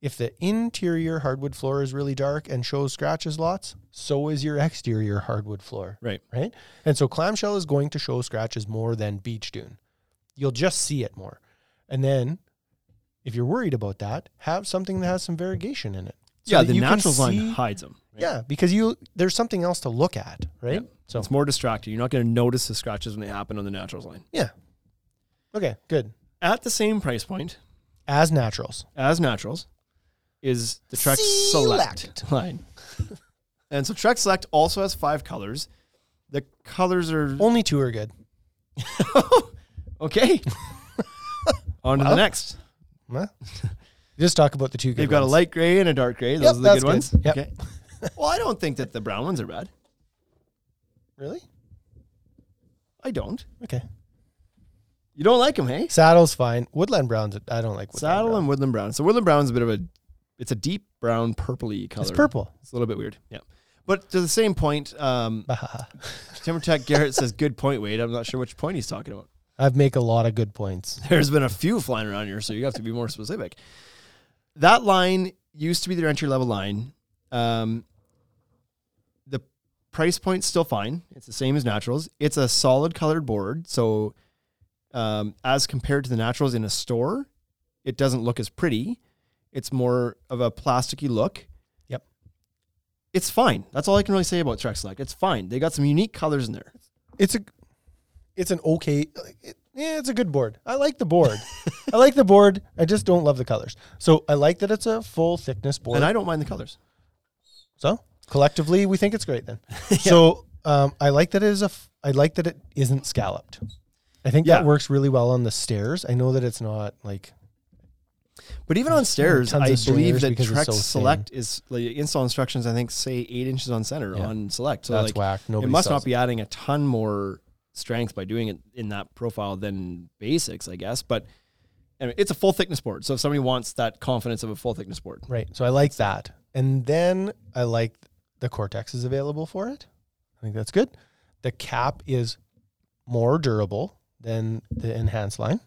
Speaker 4: if the interior hardwood floor is really dark and shows scratches lots, so is your exterior hardwood floor,
Speaker 1: Right.
Speaker 4: right? And so clamshell is going to show scratches more than beach dune. You'll just see it more. And then if you're worried about that, have something that has some variegation in it. so
Speaker 1: yeah,
Speaker 4: that
Speaker 1: the
Speaker 4: you can
Speaker 1: natural line
Speaker 4: see-
Speaker 1: hides them.
Speaker 4: yeah, because you there's something else to look at, right? So
Speaker 1: It's more distracting. You're not going to notice the scratches when they happen on the naturals line.
Speaker 4: yeah. Okay, good.
Speaker 1: At the same price point,
Speaker 4: As naturals.
Speaker 1: as naturals is the Trex Select,
Speaker 4: Select.
Speaker 1: line. and so Trex Select also has five colors. The colors are
Speaker 4: Only two are good.
Speaker 1: okay. On to the next.
Speaker 4: Huh? Just talk about the two good
Speaker 1: They've got a
Speaker 4: ones.
Speaker 1: light gray and a dark gray. Those
Speaker 4: Yep,
Speaker 1: are the
Speaker 4: that's
Speaker 1: good ones.
Speaker 4: good. Yep.
Speaker 1: Okay. Well, I don't think that the brown ones are bad.
Speaker 4: Really?
Speaker 1: I don't.
Speaker 4: Okay.
Speaker 1: You don't like them, hey?
Speaker 4: Saddle's fine. Woodland Brown's I don't like Woodland
Speaker 1: Saddle
Speaker 4: Brown.
Speaker 1: and woodland brown. So woodland brown's a bit of a it's a deep brown purpley color.
Speaker 4: It's purple.
Speaker 1: It's a little bit weird. Yeah. But to the same point, um,
Speaker 4: Bahaha.
Speaker 1: Timber Tech Garrett says good point, Wade. I'm not sure which point he's talking about.
Speaker 4: I've make a lot of good points.
Speaker 1: there's been a few flying around here, so you have to be more specific. That line used to be their entry level line. Um, the price point's still fine. It's the same as naturals. It's a solid colored board, so um, as compared to the naturals in a store, it doesn't look as pretty. It's more of a plasticky look.
Speaker 4: Yep.
Speaker 1: It's fine. That's all I can really say about Trek Select. It's fine. They got some unique colors in there.
Speaker 4: It's a it's an okay it, yeah, it's a good board. I like the board. I like the board. I just don't love the colors. So I like that it's a full thickness board.
Speaker 1: And I don't mind the colors.
Speaker 4: So collectively, we think it's great then. So um, I like that it is a. F- I like that it isn't scalloped. I think
Speaker 1: Yeah.
Speaker 4: that works really well on the stairs. I know that it's not like
Speaker 1: But even on stairs,
Speaker 4: tons
Speaker 1: I
Speaker 4: of
Speaker 1: believe
Speaker 4: stairs
Speaker 1: that
Speaker 4: because it's
Speaker 1: Trex
Speaker 4: so thin.
Speaker 1: Select is like install instructions. I think say eight inches on center
Speaker 4: Yeah.
Speaker 1: on Select. So
Speaker 4: That's
Speaker 1: like,
Speaker 4: whack. Nobody
Speaker 1: it must
Speaker 4: sells
Speaker 1: not be adding a ton more strength by doing it in that profile than basics, I guess. But I mean, it's a full thickness board. So if somebody wants that confidence of a full thickness board,
Speaker 4: right. So I like that, and then I like the Cortex is available for it. I think that's good. The cap is more durable than the enhanced line.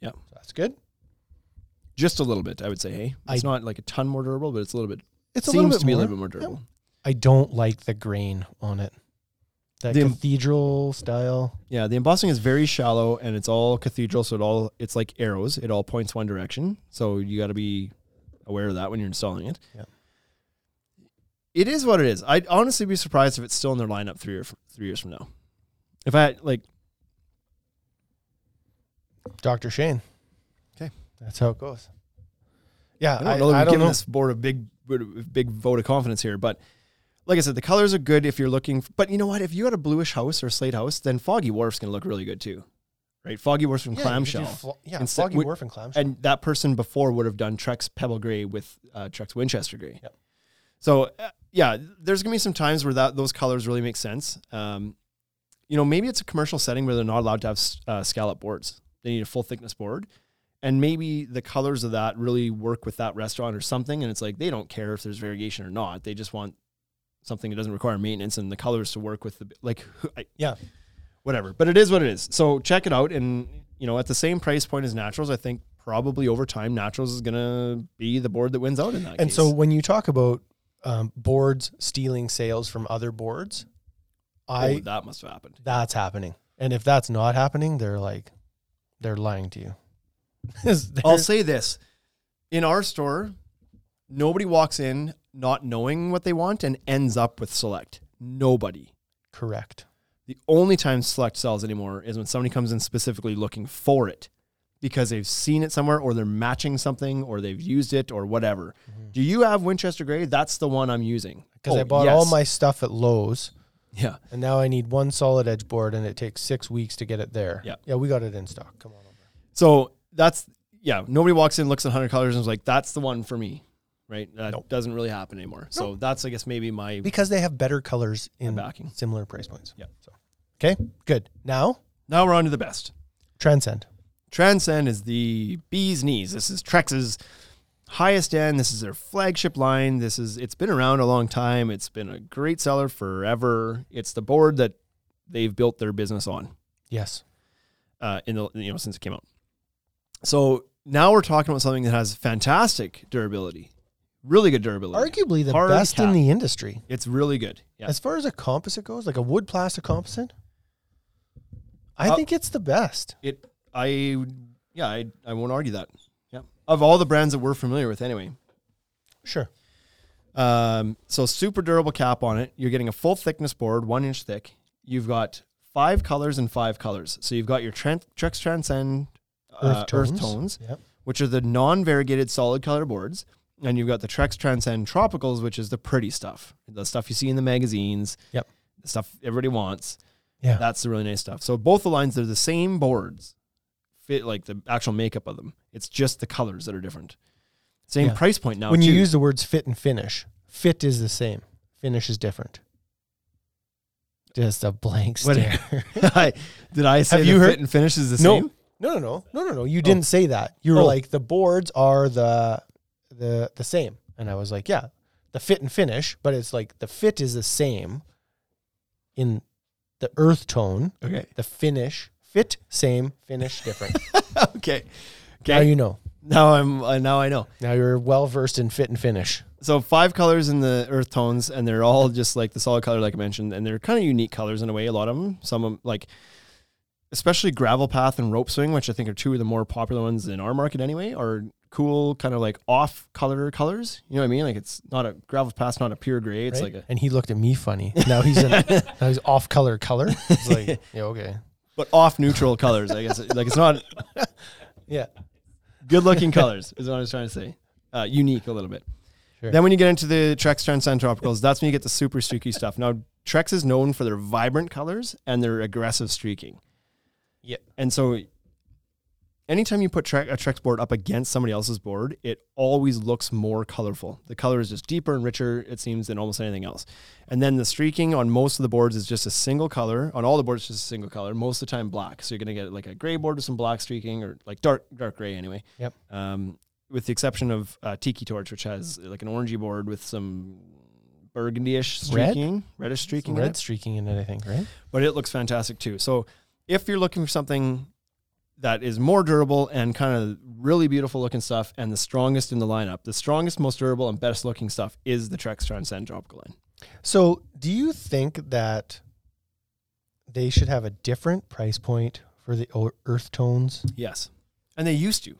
Speaker 1: Yeah.
Speaker 4: So that's good.
Speaker 1: just a little bit, I would say. Hey, it's
Speaker 4: I-
Speaker 1: not like a ton more durable, but it's a little bit.
Speaker 4: It's
Speaker 1: seems to be a little bit more durable.
Speaker 4: I I don't like the grain on it. That
Speaker 1: The-
Speaker 4: cathedral style.
Speaker 1: Yeah, the embossing is very shallow and it's all cathedral, so it all it's like arrows. It all points one direction. So you got to be aware of that when you're installing it.
Speaker 4: Yeah.
Speaker 1: It is what it is. I'd honestly be surprised if it's still in their lineup three or f- three years from now. If I had, like,
Speaker 4: Dr. Shane.
Speaker 1: Okay.
Speaker 4: That's how it goes. Yeah,
Speaker 1: I don't know. that we've given this board a big, big vote of confidence here, but like I said, the colors are good if you're looking. f- But you know what? If you had a bluish house or a slate house, then Foggy Wharf's gonna look really good too, right? Foggy Wharf's from
Speaker 4: Yeah, you could do
Speaker 1: Clamshell.
Speaker 4: flo- yeah,
Speaker 1: Instead-
Speaker 4: Foggy
Speaker 1: we-
Speaker 4: Wharf and Clamshell.
Speaker 1: and that person before would have done Trex Pebble Gray with uh, Trex Winchester Gray.
Speaker 4: Yep.
Speaker 1: So uh, yeah, there's gonna be some times where that those colors really make sense. Um, you know, maybe it's a commercial setting where they're not allowed to have s- uh, scallop boards. They need a full thickness board, and maybe the colors of that really work with that restaurant or something. And it's like they don't care if there's variegation or not. They just want something that doesn't require maintenance and the colors to work with the like. I,
Speaker 4: yeah.
Speaker 1: whatever. But it is what it is. So check it out, and you know, at the same price point as Naturals, I think probably over time Naturals is gonna be the board that wins out in that.
Speaker 4: And
Speaker 1: case.
Speaker 4: so when you talk about um, boards stealing sales from other boards,
Speaker 1: Oh,
Speaker 4: I
Speaker 1: that must have happened.
Speaker 4: that's happening. And if that's not happening, they're like they're lying to you.
Speaker 1: I'll say this: in our store, nobody walks in not knowing what they want and ends up with Select. Nobody.
Speaker 4: correct.
Speaker 1: The only time Select sells anymore is when somebody comes in specifically looking for it because they've seen it somewhere or they're matching something or they've used it or whatever. Do you have Winchester Gray? That's the one I'm using.
Speaker 4: Because
Speaker 1: Oh,
Speaker 4: Mm-hmm. I bought all
Speaker 1: yes.
Speaker 4: my stuff at Lowe's
Speaker 1: Yeah.
Speaker 4: and now I need one solid edge board and it takes six weeks to get it there.
Speaker 1: Yep.
Speaker 4: Yeah, we got it in stock. Come on over.
Speaker 1: So that's yeah. Nobody walks in, looks at hundred colors, and is like, "That's the one for me," right? That doesn't really happen anymore. So that's, I guess, maybe my
Speaker 4: Because they have better colors in
Speaker 1: backing.
Speaker 4: similar price points.
Speaker 1: Yep.
Speaker 4: So okay, good. Now
Speaker 1: now we're on to the best.
Speaker 4: transcend.
Speaker 1: Transcend is the bee's knees. This is Trex's highest end. This is their flagship line. This is it's been around a long time. It's been a great seller forever. It's the board that they've built their business on.
Speaker 4: Yes.
Speaker 1: uh, in the you know since it came out. So now we're talking about something that has fantastic durability, really good durability.
Speaker 4: Arguably the
Speaker 1: Hard
Speaker 4: best in
Speaker 1: cap.
Speaker 4: the industry.
Speaker 1: It's really good. Yeah,
Speaker 4: As far as a composite goes, like a wood plastic composite, I
Speaker 1: Uh,
Speaker 4: think it's the best.
Speaker 1: it. I yeah, I I won't argue that. Yeah, of all the brands that we're familiar with, anyway.
Speaker 4: Sure.
Speaker 1: Um, so super durable cap on it. You're getting a full thickness board, one inch thick. You've got five colors and five colors. So you've got your Tran- Trex Transcend uh, Earth tones.
Speaker 4: Yep.
Speaker 1: which are the non-variegated solid color boards, and you've got the Trex Transcend Tropicals, which is the pretty stuff, the stuff you see in the magazines,
Speaker 4: Yep.
Speaker 1: the stuff everybody wants.
Speaker 4: Yeah.
Speaker 1: That's the really nice stuff. So both the lines, they're the same boards, fit like the actual makeup of them. It's just the colors that are different. Same
Speaker 4: Yeah.
Speaker 1: price point now.
Speaker 4: when you
Speaker 1: too.
Speaker 4: use the words fit and finish, fit is the same. Finish is different. Just a blank
Speaker 1: What-
Speaker 4: stare.
Speaker 1: I- did I say
Speaker 4: Have
Speaker 1: the
Speaker 4: you heard-
Speaker 1: fit and finish is the
Speaker 4: no,
Speaker 1: same?
Speaker 4: no, no, no, no, no, no. You didn't say that. You were
Speaker 1: Oh.
Speaker 4: like the boards are the the the same, and I was like, yeah, the fit and finish, but it's like the fit is the same in the earth tone.
Speaker 1: Okay.
Speaker 4: The finish fit same finish different.
Speaker 1: Okay.
Speaker 4: now
Speaker 1: Okay.
Speaker 4: you know.
Speaker 1: now I'm uh, now I know.
Speaker 4: Now you're well versed in fit and finish.
Speaker 1: so five colors in the earth tones and they're all just like the solid color like i mentioned and they're kind of unique colors in a way a lot of them some of 'em, like especially gravel path and rope swing which i think are two of the more popular ones in our market anyway are cool kind of like off color colors you know what i mean like it's not a gravel path's not a pure gray it's
Speaker 4: right?
Speaker 1: like a
Speaker 4: and he looked at me funny. Now he's in, now he's off color color. It's like yeah okay
Speaker 1: but off neutral colors i guess like it's not
Speaker 4: yeah
Speaker 1: good looking colors is what I was trying to say. Uh, unique a little bit.
Speaker 4: Sure.
Speaker 1: Then when you get into the Trex Transcend Tropicals, that's when you get the super streaky stuff. Now Trex is known for their vibrant colors and their aggressive streaking.
Speaker 4: Yeah.
Speaker 1: And so anytime you put Tre- a Trex board up against somebody else's board, it always looks more colorful. The color is just deeper and richer, it seems, than almost anything else. And then the streaking on most of the boards is just a single color. On all the boards, just a single color. Most of the time, black. So you're gonna get like a gray board with some black streaking, or like dark dark gray anyway.
Speaker 4: Yep.
Speaker 1: Um, with the exception of uh, Tiki Torch, which has like an orangey board with some burgundy-ish
Speaker 4: Red?
Speaker 1: streaking, reddish streaking. in it
Speaker 4: red streaking in it I think right
Speaker 1: but it looks fantastic too. So if you're looking for something that is more durable and kind of really beautiful looking stuff and the strongest in the lineup, the strongest, most durable, and best looking stuff is the Trex Transcend Tropical line.
Speaker 4: So, do you think that they should have a different price point for the o- earth tones?
Speaker 1: Yes. And they used to.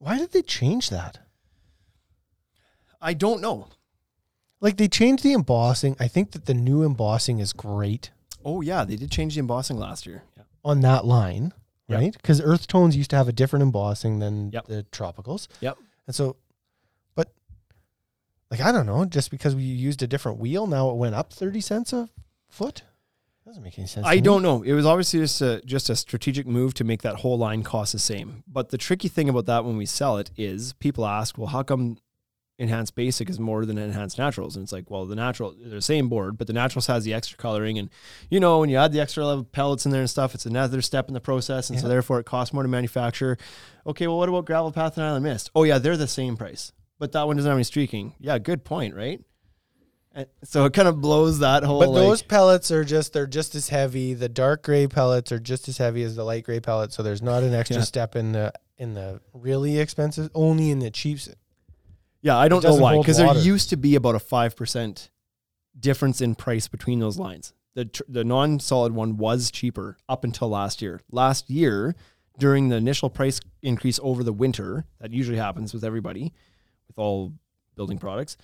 Speaker 4: Why did they change that?
Speaker 1: I don't know.
Speaker 4: Like they changed the embossing. I think that the new embossing is great
Speaker 1: Oh yeah, they did change the embossing last year. Yeah.
Speaker 4: on that line,
Speaker 1: Yep.
Speaker 4: right? Because earth tones used to have a different embossing than
Speaker 1: Yep.
Speaker 4: the tropicals.
Speaker 1: Yep.
Speaker 4: And so, but like, I don't know, just because we used a different wheel, now it went up 30 cents a foot? Doesn't make any sense. to
Speaker 1: I
Speaker 4: me.
Speaker 1: don't know. It was obviously just a just a strategic move to make that whole line cost the same. But the tricky thing about that when we sell it is people ask, well, how come enhanced basic is more than enhanced naturals? And it's like, well, the natural they're the same board, but the naturals has the extra coloring, and you know, when you add the extra level pellets in there and stuff, it's another step in the process, and so therefore it costs more to manufacture. Okay, well, what about gravel path and island mist? Oh yeah, they're the same price, but that one doesn't have any streaking. Yeah, good point, right? And so it kind of blows that whole.
Speaker 4: But
Speaker 1: like-
Speaker 4: those pellets are just they're just as heavy. The dark gray pellets are just as heavy as the light gray pellets, so there's not an extra
Speaker 1: Yeah.
Speaker 4: step in the in the really expensive, only in the cheap. s-
Speaker 1: Yeah, I don't know
Speaker 4: doesn't
Speaker 1: why.
Speaker 4: hold
Speaker 1: Because there
Speaker 4: water.
Speaker 1: used to be about a five percent difference in price between those lines. The tr- the non solid one was cheaper up until last year. Last year, during the initial price increase over the winter, that usually happens with everybody, with all building products.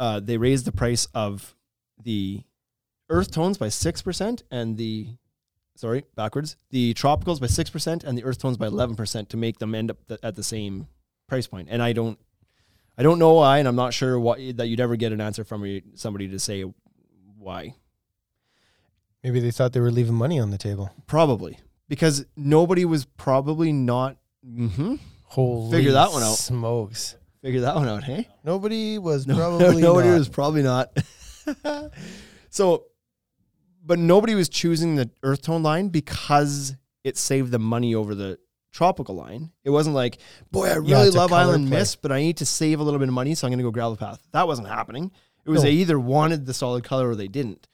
Speaker 1: Uh, they raised the price of the earth tones by six percent and the sorry backwards the tropicals by six percent and the earth tones by eleven percent to make them end up th- at the same price point. And I don't I don't know why, and I'm not sure what that you'd ever get an answer from you- somebody to say why.
Speaker 4: Maybe they thought they were leaving money on the table.
Speaker 1: Probably because nobody was probably not
Speaker 4: mm-hmm.
Speaker 1: hmm
Speaker 4: Holy
Speaker 1: Figure that one out.
Speaker 4: Smokes.
Speaker 1: figure that one out. Hey,
Speaker 4: Nobody was
Speaker 1: No,
Speaker 4: probably
Speaker 1: nobody
Speaker 4: not.
Speaker 1: was probably not. so, but nobody was choosing the earth tone line because it saved them money over the tropical line. It wasn't like, boy, I really
Speaker 4: it's a
Speaker 1: love
Speaker 4: color
Speaker 1: Island
Speaker 4: play.
Speaker 1: Mist, but I need to save a little bit of money, so I'm going to go gravel path. That wasn't happening. It was
Speaker 4: No.
Speaker 1: they either wanted the solid color or they didn't.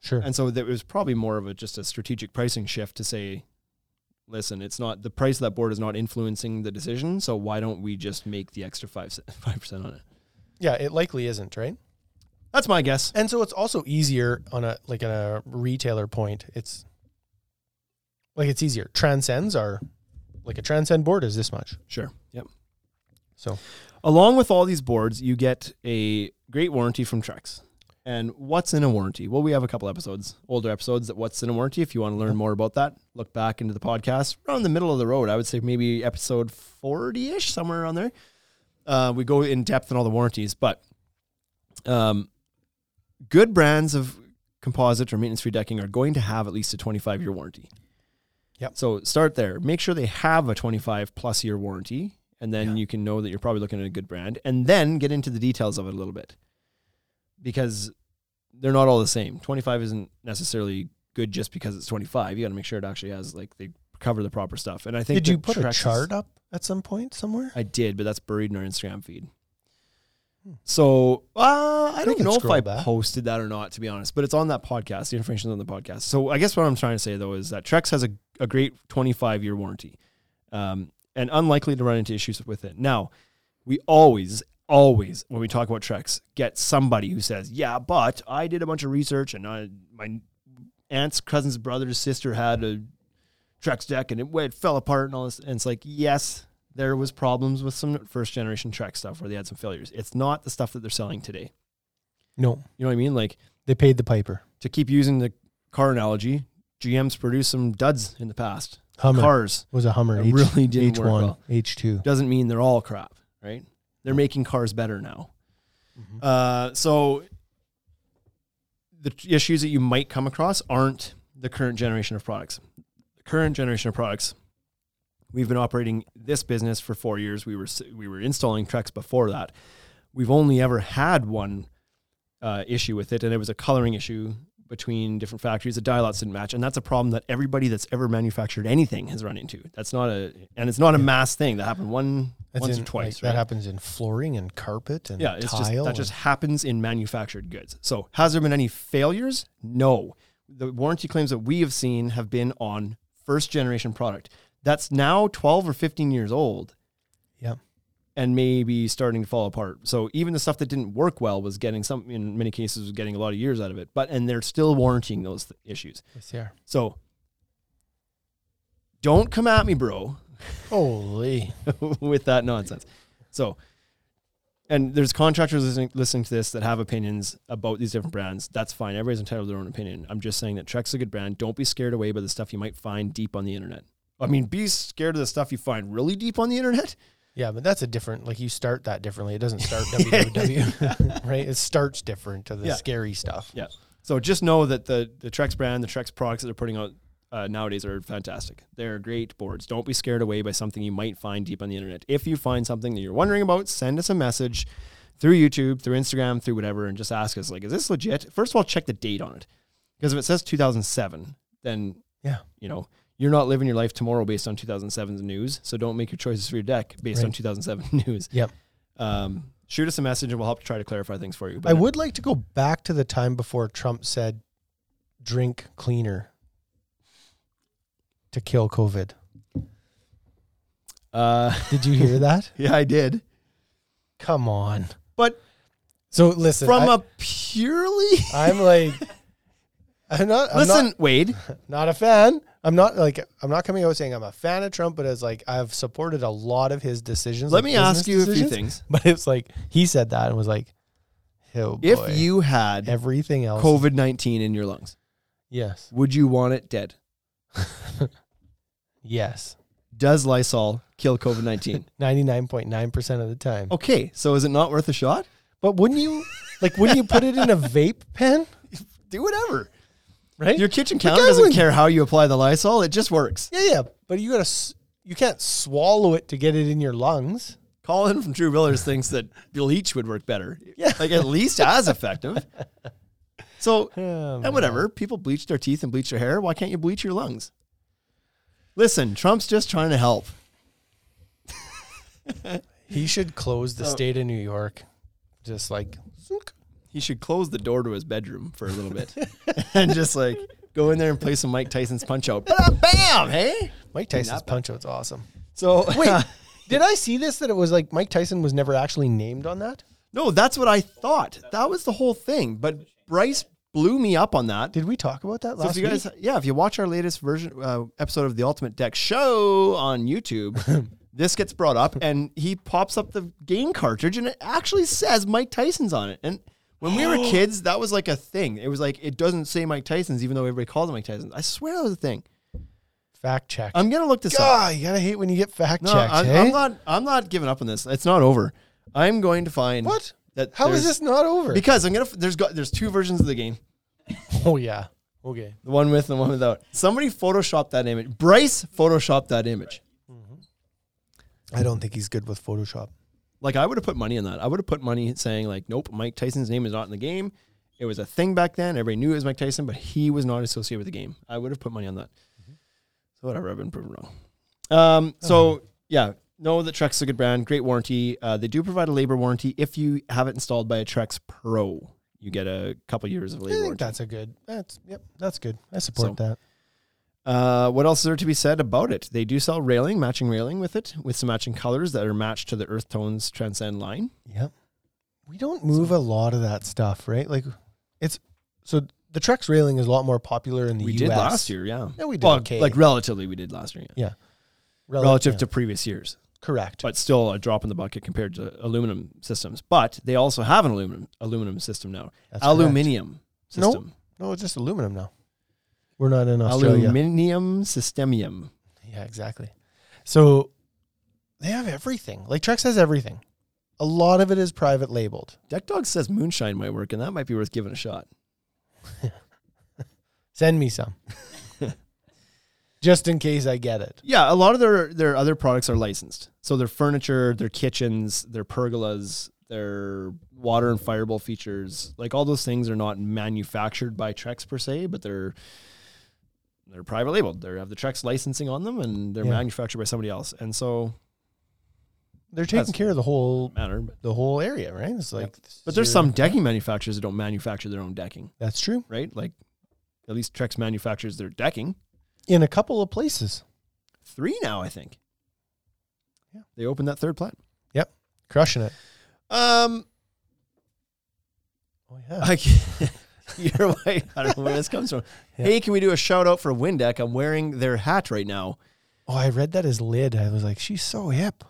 Speaker 4: sure.
Speaker 1: And so there was probably more of a just a strategic pricing shift to say, listen, it's not the price of that board is not influencing the decision. So why don't we just make the extra five five percent on it?
Speaker 4: Yeah, it likely isn't, right?
Speaker 1: That's my guess.
Speaker 4: And so it's also easier on a like a retailer point. It's like it's easier. Transcends are like a transcend board is this much.
Speaker 1: Sure. Yep.
Speaker 4: So
Speaker 1: Along with all these boards, you get a great warranty from Trex. And what's in a warranty? Well, we have a couple episodes, older episodes that what's in a warranty. If you want to learn more about that, look back into the podcast around the middle of the road. I would say maybe episode 40 ish, somewhere around there. Uh, we go in depth on all the warranties, but um, good brands of composite or maintenance free decking are going to have at least a 25 year warranty.
Speaker 4: Yep.
Speaker 1: So start there. Make sure they have a 25 plus year warranty, and then you can know that you're probably looking at a good brand, and then get into the details of it a little bit because they're not all the same. 25 isn't necessarily good just because it's 25. You got to make sure it actually has, like, they cover the proper stuff. And I think
Speaker 4: did you
Speaker 1: that
Speaker 4: put a
Speaker 1: Trex is-
Speaker 4: chart up at some point somewhere?
Speaker 1: I did, but that's buried in our Instagram feed. So uh, I don't
Speaker 4: can
Speaker 1: know if
Speaker 4: scroll
Speaker 1: I
Speaker 4: back.
Speaker 1: posted that or not, to be honest. But it's on that podcast. The information's on the podcast. So I guess what I'm trying to say though is that Trex has a, a great 25 year warranty, um, and unlikely to run into issues with it. Now, we always, always when we talk about Trex, get somebody who says, "Yeah, but I did a bunch of research, and I, my aunt's cousin's brother's sister had a Trex deck and it, it fell apart and all this. And it's like, yes, there was problems with some first generation Trex stuff where they had some failures. It's not the stuff that they're selling today.
Speaker 4: No.
Speaker 1: You know what I mean? Like
Speaker 4: They paid the piper.
Speaker 1: to keep using the car analogy, GM's produced some duds in the past.
Speaker 4: Hummer
Speaker 1: Cars
Speaker 4: was a Hummer.
Speaker 1: It really didn't
Speaker 4: H1,
Speaker 1: work well.
Speaker 4: H2.
Speaker 1: doesn't mean they're all crap, right? They're making cars better now. Uh, so the t- issues that you might come across aren't the current generation of products. The current generation of products, we've been operating this business for four years. We were s- we were installing Trex before that. We've only ever had one uh, issue with it, and it was a coloring issue between different factories. The dialogues didn't match, and that's a problem that everybody that's ever manufactured anything has run into. That's not a and it's not a mass thing that happened one
Speaker 4: That's
Speaker 1: once
Speaker 4: in,
Speaker 1: or twice.
Speaker 4: like, That
Speaker 1: right?
Speaker 4: happens in flooring and carpet and
Speaker 1: Yeah, it's
Speaker 4: tile.
Speaker 1: just that
Speaker 4: and-
Speaker 1: just happens in manufactured goods. So, has there been any failures? No. The warranty claims that we have seen have been on first generation product. That's now 12 or 15 years old
Speaker 4: yeah.
Speaker 1: and maybe starting to fall apart. So even the stuff that didn't work well was getting some, in many cases, was getting a lot of years out of it. But, and they're still warranting those th- issues.
Speaker 4: Yes, they are.
Speaker 1: So don't come at me, bro,
Speaker 4: Holy.
Speaker 1: with that nonsense. So, and there's contractors listening, listening to this that have opinions about these different brands. That's fine. Everybody's entitled to their own opinion. I'm just saying that Trek's a good brand. Don't be scared away by the stuff you might find deep on the internet. I mean, be scared of the stuff you find really deep on the internet.
Speaker 4: Yeah, but that's a different. Like you start that differently. It doesn't start www, right? It starts different to the
Speaker 1: Yeah.
Speaker 4: scary stuff.
Speaker 1: Yeah. So just know that the the Trex brand, the Trex products that they're putting out uh, nowadays are fantastic. They're great boards. Don't be scared away by something you might find deep on the internet. If you find something that you're wondering about, send us a message through YouTube, through Instagram, through whatever, and just ask us like, is this legit? First of all, check the date on it, because if it says 2007, then
Speaker 4: Yeah.
Speaker 1: you know. You're not living your life tomorrow based on 2007's news, so don't make your choices for your deck based on
Speaker 4: Right.
Speaker 1: 2007 news.
Speaker 4: Yep.
Speaker 1: Um, shoot us a message, and we'll help try to clarify things for you.
Speaker 4: I would like to go back to the time before Trump said, "Drink cleaner to kill COVID."
Speaker 1: Uh,
Speaker 4: Did you hear that?
Speaker 1: yeah, I did,
Speaker 4: Come on.
Speaker 1: but
Speaker 4: So listen,
Speaker 1: from
Speaker 4: I,
Speaker 1: a purely
Speaker 4: I'm like, I'm not. I'm
Speaker 1: listen,
Speaker 4: not,
Speaker 1: Wade.
Speaker 4: not a fan. I'm not like I'm not coming out saying I'm a fan of Trump, but it's like I've supported a lot of his decisions.
Speaker 1: Let
Speaker 4: like
Speaker 1: me
Speaker 4: business
Speaker 1: ask you a few
Speaker 4: decisions.
Speaker 1: things.
Speaker 4: But it's like he said that and was like, "Oh boy,
Speaker 1: If you had
Speaker 4: everything else,
Speaker 1: COVID nineteen in your lungs,
Speaker 4: yes,
Speaker 1: would you want it dead?
Speaker 4: yes,
Speaker 1: Does Lysol kill COVID nineteen?
Speaker 4: ninety nine point nine percent of the time."
Speaker 1: okay, so is it not worth a shot?
Speaker 4: Oh, But wouldn't you like? Wouldn't you put it in a vape pen?
Speaker 1: Do whatever.
Speaker 4: Right?
Speaker 1: Your kitchen counter
Speaker 4: I
Speaker 1: doesn't
Speaker 4: wouldn't-
Speaker 1: care how you apply the Lysol; it just works.
Speaker 4: yeah, yeah. But you gotta, s- you can't swallow it to get it in your lungs.
Speaker 1: Colin from True Billers thinks that bleach would work better.
Speaker 4: Yeah.
Speaker 1: like at least as effective. So
Speaker 4: Oh,
Speaker 1: And whatever, people bleach their teeth and bleach their hair. Why can't you bleach your lungs? Listen, Trump's just trying to help.
Speaker 4: He should close the state of New York, just like zook.
Speaker 1: He should close the door to his bedroom for a little bit and just like go in there and play some Mike Tyson's punch out. Bam, hey?
Speaker 4: Mike Tyson's punch out's awesome.
Speaker 1: So,
Speaker 4: Wait, did I see this that it was like Mike Tyson was never actually named on that?
Speaker 1: no, that's what I thought. That was the whole thing. But Bryce blew me up on that.
Speaker 4: Did we talk about that
Speaker 1: So
Speaker 4: last
Speaker 1: if you guys,
Speaker 4: week?
Speaker 1: yeah, if you watch our latest version uh, episode of the Ultimate Deck Show on YouTube, this gets brought up, and he pops up the game cartridge, and it actually says Mike Tyson's on it. And when we were kids, that was like a thing. It was like it doesn't say Mike Tyson's, even though everybody called him Mike Tyson. I swear that was a thing.
Speaker 4: Fact check.
Speaker 1: I'm gonna look this up.
Speaker 4: God, you gotta hate when you get fact
Speaker 1: No,
Speaker 4: checked.
Speaker 1: I,
Speaker 4: eh?
Speaker 1: I'm not. I'm not giving up on this. It's not over. I'm going to find
Speaker 4: What?
Speaker 1: That
Speaker 4: How is
Speaker 1: there's-
Speaker 4: this not over?
Speaker 1: Because I'm gonna. f- There's got. There's two versions of the game.
Speaker 4: oh yeah. Okay.
Speaker 1: The one with and the one without. Somebody photoshopped that image. Bryce photoshopped that image.
Speaker 4: I don't think he's good with Photoshop.
Speaker 1: Like I would have put money on that. I would have put money saying like, nope, Mike Tyson's name is not in the game. It was a thing back then. Everybody knew it was Mike Tyson, but he was not associated with the game. I would have put money on that. So whatever, I've been proven wrong. Um,
Speaker 4: Uh-huh.
Speaker 1: so yeah, know that Trex is a good brand, great warranty. Uh, they do provide a labor warranty if you have it installed by a Trex Pro. You get a couple years of
Speaker 4: I
Speaker 1: labor
Speaker 4: think
Speaker 1: warranty.
Speaker 4: that's a good. That's yep. That's good. I support
Speaker 1: So-
Speaker 4: that.
Speaker 1: Uh, what else is there to be said about it? They do sell railing, matching railing with it, with some matching colors that are matched to the Earth Tones Transcend line.
Speaker 4: Yep. We don't move a lot of that stuff, right? Like it's so the Trex railing is a lot more popular in the
Speaker 1: we
Speaker 4: US.
Speaker 1: did last year, yeah.
Speaker 4: Yeah, we did
Speaker 1: Well,
Speaker 4: okay.
Speaker 1: Like relatively, we did last year, yeah.
Speaker 4: Yeah. Rel-
Speaker 1: relative
Speaker 4: yeah,
Speaker 1: to previous years,
Speaker 4: correct.
Speaker 1: but still a drop in the bucket compared to aluminum systems. But they also have an aluminum aluminum system now,
Speaker 4: That's correct.
Speaker 1: aluminium
Speaker 4: Nope.
Speaker 1: system,
Speaker 4: No, it's just aluminum now. We're not in Australia.
Speaker 1: aluminium systemium.
Speaker 4: Yeah, exactly. So they have everything. Like Trex has everything. A lot of it is private labeled.
Speaker 1: Deck Dog says moonshine might work, and that might be worth giving a shot.
Speaker 4: Send me some. Just in case I get it.
Speaker 1: Yeah, a lot of their their other products are licensed. So their furniture, their kitchens, their pergolas, their water and fireball features, like all those things are not manufactured by Trex per se, but they're they're private labeled. They have the Trex licensing on them, and they're
Speaker 4: Yeah.
Speaker 1: manufactured by somebody else. And so
Speaker 4: They're taking
Speaker 1: That's-
Speaker 4: care of the whole
Speaker 1: matter, but,
Speaker 4: the whole area, right? It's like
Speaker 1: but there's
Speaker 4: zero-
Speaker 1: some decking manufacturers that don't manufacture their own decking,
Speaker 4: That's true.
Speaker 1: right? Like at least Trex manufactures their decking.
Speaker 4: In a couple of places.
Speaker 1: Three now, I think.
Speaker 4: Yeah.
Speaker 1: they opened that third plant.
Speaker 4: Yep. Crushing it.
Speaker 1: Um,
Speaker 4: Oh yeah.
Speaker 1: I, you're white. I don't know where this comes from. Hey, can we do a shout out for Windeck? I'm wearing their hat right now.
Speaker 4: Oh, I read that as lid. I was like, she's so hip.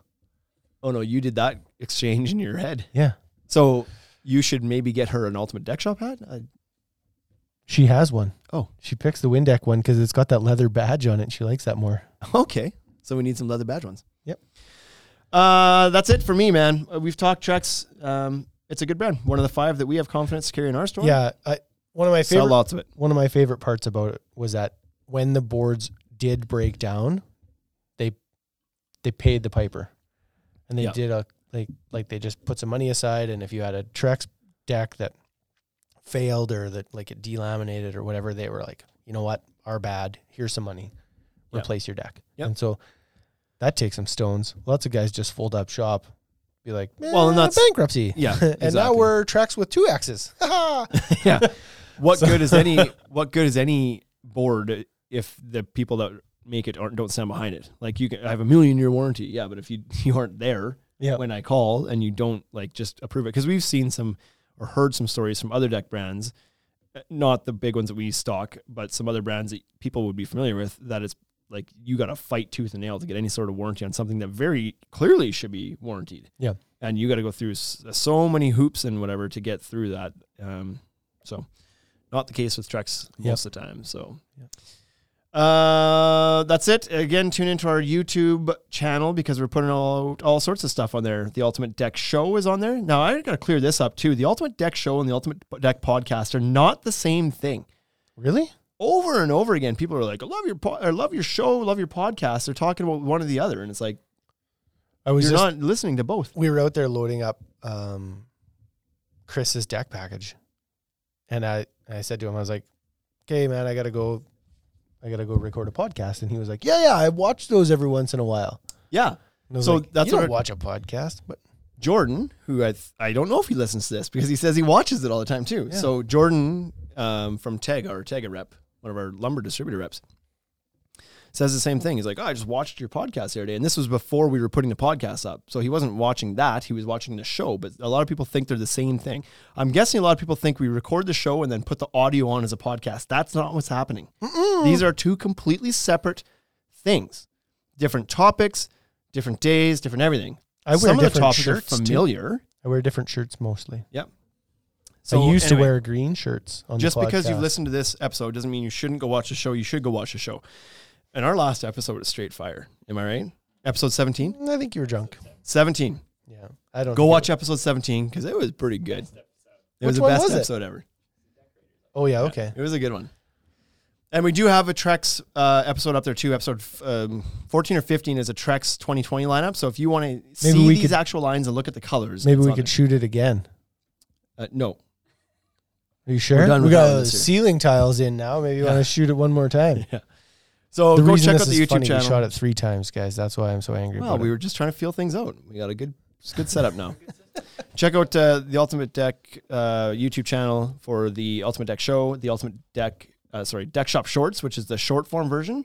Speaker 1: Oh no, you did that exchange in your head.
Speaker 4: Yeah.
Speaker 1: So you should maybe get her an Ultimate Deck Shop hat. I,
Speaker 4: She has one.
Speaker 1: oh,
Speaker 4: She picks the Windeck one because it's got that leather badge on it. She likes that more.
Speaker 1: okay. So we need some leather badge ones.
Speaker 4: Yep.
Speaker 1: Uh, that's it for me, man. Uh, We've talked Trex. Um, it's a good brand. One of the five that we have confidence to carry in our store.
Speaker 4: Yeah. I, one of my
Speaker 1: Sell
Speaker 4: favorite
Speaker 1: lots of it.
Speaker 4: one of my favorite parts about it was that when the boards did break down, they they paid the piper, and they
Speaker 1: Yeah.
Speaker 4: did a like like they just put some money aside, and if you had a Trex deck that failed or that like it delaminated or whatever, they were like, you know what, our bad. Here's some money,
Speaker 1: Yeah.
Speaker 4: replace your deck.
Speaker 1: Yep.
Speaker 4: And so that takes some stones. Lots of guys just fold up shop. Be like,
Speaker 1: Well,
Speaker 4: well,
Speaker 1: and
Speaker 4: not
Speaker 1: that's-
Speaker 4: bankruptcy.
Speaker 1: Yeah,
Speaker 4: and now
Speaker 1: exactly.
Speaker 4: we're Trex with two X's.
Speaker 1: yeah. What good is any what good is any board if the people that make it aren't don't stand behind it? Like you can I have a million year warranty. Yeah, but if you you aren't there
Speaker 4: Yeah.
Speaker 1: when I call and you don't like just approve it cuz we've seen some or heard some stories from other deck brands uh, not the big ones that we stock, but some other brands that people would be familiar with that it's like you got to fight tooth and nail to get any sort of warranty on something that very clearly should be warranted
Speaker 4: yeah.
Speaker 1: and you got to go through s- uh, so many hoops and whatever to get through that. Um, so, not the case with Trex most
Speaker 4: Yep.
Speaker 1: of the time. So, uh, that's it. Again, tune into our YouTube channel because we're putting all all sorts of stuff on there. The Ultimate Deck Show is on there. Now, I got to clear this up too. The Ultimate Deck Show and the Ultimate Deck Podcast are not the same thing
Speaker 4: Really?
Speaker 1: over and over again, people are like, "I love your po- I love your show, love your podcast." They're talking about one or the other, and it's like
Speaker 4: I was
Speaker 1: you're
Speaker 4: just,
Speaker 1: not listening to both.
Speaker 4: we were out there loading up um, Chris's deck package, and I I said to him, I was like, "Okay, man, I gotta go, I gotta go record a podcast." And he was like, "Yeah, yeah, I watch those every once in a while."
Speaker 1: Yeah.
Speaker 4: And I was
Speaker 1: So
Speaker 4: like,
Speaker 1: that's
Speaker 4: you don't
Speaker 1: what I-
Speaker 4: watch a podcast, but
Speaker 1: Jordan, who I th- I don't know if he listens to this because he says he watches it all the time too. So Jordan um, from Tega or Tega Rep, one of our lumber distributor reps, says the same thing. He's like, oh, "I just watched your podcast the other day," and this was before we were putting the podcast up, so he wasn't watching that. He was watching the show. But a lot of people think they're the same thing. I'm guessing a lot of people think we record the show and then put the audio on as a podcast. That's not what's happening. These are two completely separate things, different topics, different days, different everything.
Speaker 4: I wear
Speaker 1: Some of the
Speaker 4: different
Speaker 1: topics are
Speaker 4: shirts, too.
Speaker 1: familiar.
Speaker 4: I wear different shirts mostly.
Speaker 1: Yep.
Speaker 4: I used
Speaker 1: anyway,
Speaker 4: to wear green shirts on
Speaker 1: Just
Speaker 4: the podcast.
Speaker 1: because you've listened to this episode doesn't mean you shouldn't go watch the show. You should go watch the show. And our last episode was Straight Fire. Am I right? Episode 17?
Speaker 4: Mm, I think you were drunk.
Speaker 1: 17.
Speaker 4: Yeah, I don't
Speaker 1: Go
Speaker 4: think it-
Speaker 1: watch episode 17 because it was pretty good. It was
Speaker 4: Which
Speaker 1: the
Speaker 4: one
Speaker 1: best
Speaker 4: was it?
Speaker 1: episode ever.
Speaker 4: Oh yeah, okay.
Speaker 1: It was a good one. And we do have a Trex uh, episode up there too. Episode um, 14 or 15 is a Trex 2020 lineup. So if you want to see
Speaker 4: we
Speaker 1: these
Speaker 4: could-
Speaker 1: actual lines and look at the colors,
Speaker 4: Maybe
Speaker 1: it's
Speaker 4: we
Speaker 1: on
Speaker 4: could shoot it again.
Speaker 1: there. Uh, no.
Speaker 4: Are you sure?
Speaker 1: done
Speaker 4: we
Speaker 1: with that one
Speaker 4: got
Speaker 1: this year.
Speaker 4: ceiling tiles in now. Maybe you want to shoot it one more time.
Speaker 1: So
Speaker 4: the
Speaker 1: Oh, go
Speaker 4: reason
Speaker 1: check
Speaker 4: this
Speaker 1: out the
Speaker 4: is
Speaker 1: YouTube
Speaker 4: funny,
Speaker 1: channel.
Speaker 4: we shot it three times, guys. That's why I'm so angry.
Speaker 1: Well,
Speaker 4: about
Speaker 1: we
Speaker 4: it.
Speaker 1: were just trying to feel things out. We got a good, it's a good setup now. Check out uh, the Ultimate Deck uh, YouTube channel for the Ultimate Deck Show, the Ultimate Deck, uh, sorry, Deck Shop Shorts, which is the short form version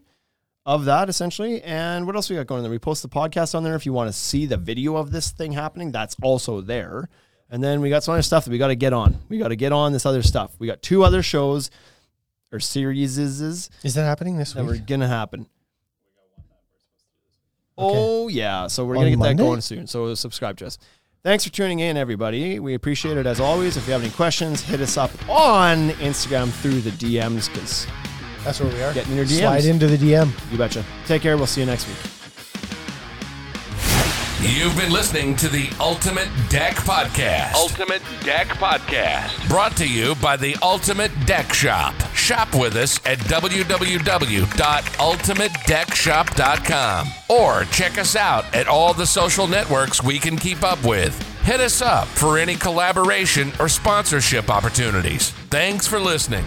Speaker 1: of that essentially. And what else we got going there? We post the podcast on there if you want to see the video of this thing happening. That's also there. And then we got some other stuff that we got to get on. We got to get on this other stuff. We got two other shows or series
Speaker 4: Is that happening this
Speaker 1: that
Speaker 4: week?
Speaker 1: were gonna happen.
Speaker 4: Okay.
Speaker 1: Oh yeah, so we're
Speaker 4: On
Speaker 1: gonna get
Speaker 4: Monday?
Speaker 1: that going soon. So subscribe to us. Thanks for tuning in, everybody. We appreciate it as always. If you have any questions, hit us up on Instagram through the DMs. Because
Speaker 4: That's where we are.
Speaker 1: Get in your
Speaker 4: Slide
Speaker 1: DMs.
Speaker 4: into the DM.
Speaker 1: you betcha. Take care. We'll see you next week.
Speaker 2: You've been listening to the Ultimate Deck Podcast.
Speaker 3: Ultimate Deck Podcast.
Speaker 2: Brought to you by the Ultimate Deck Shop. Shop with us at www.ultimatedeckshop.com or check us out at all the social networks we can keep up with. Hit us up for any collaboration or sponsorship opportunities. Thanks for listening.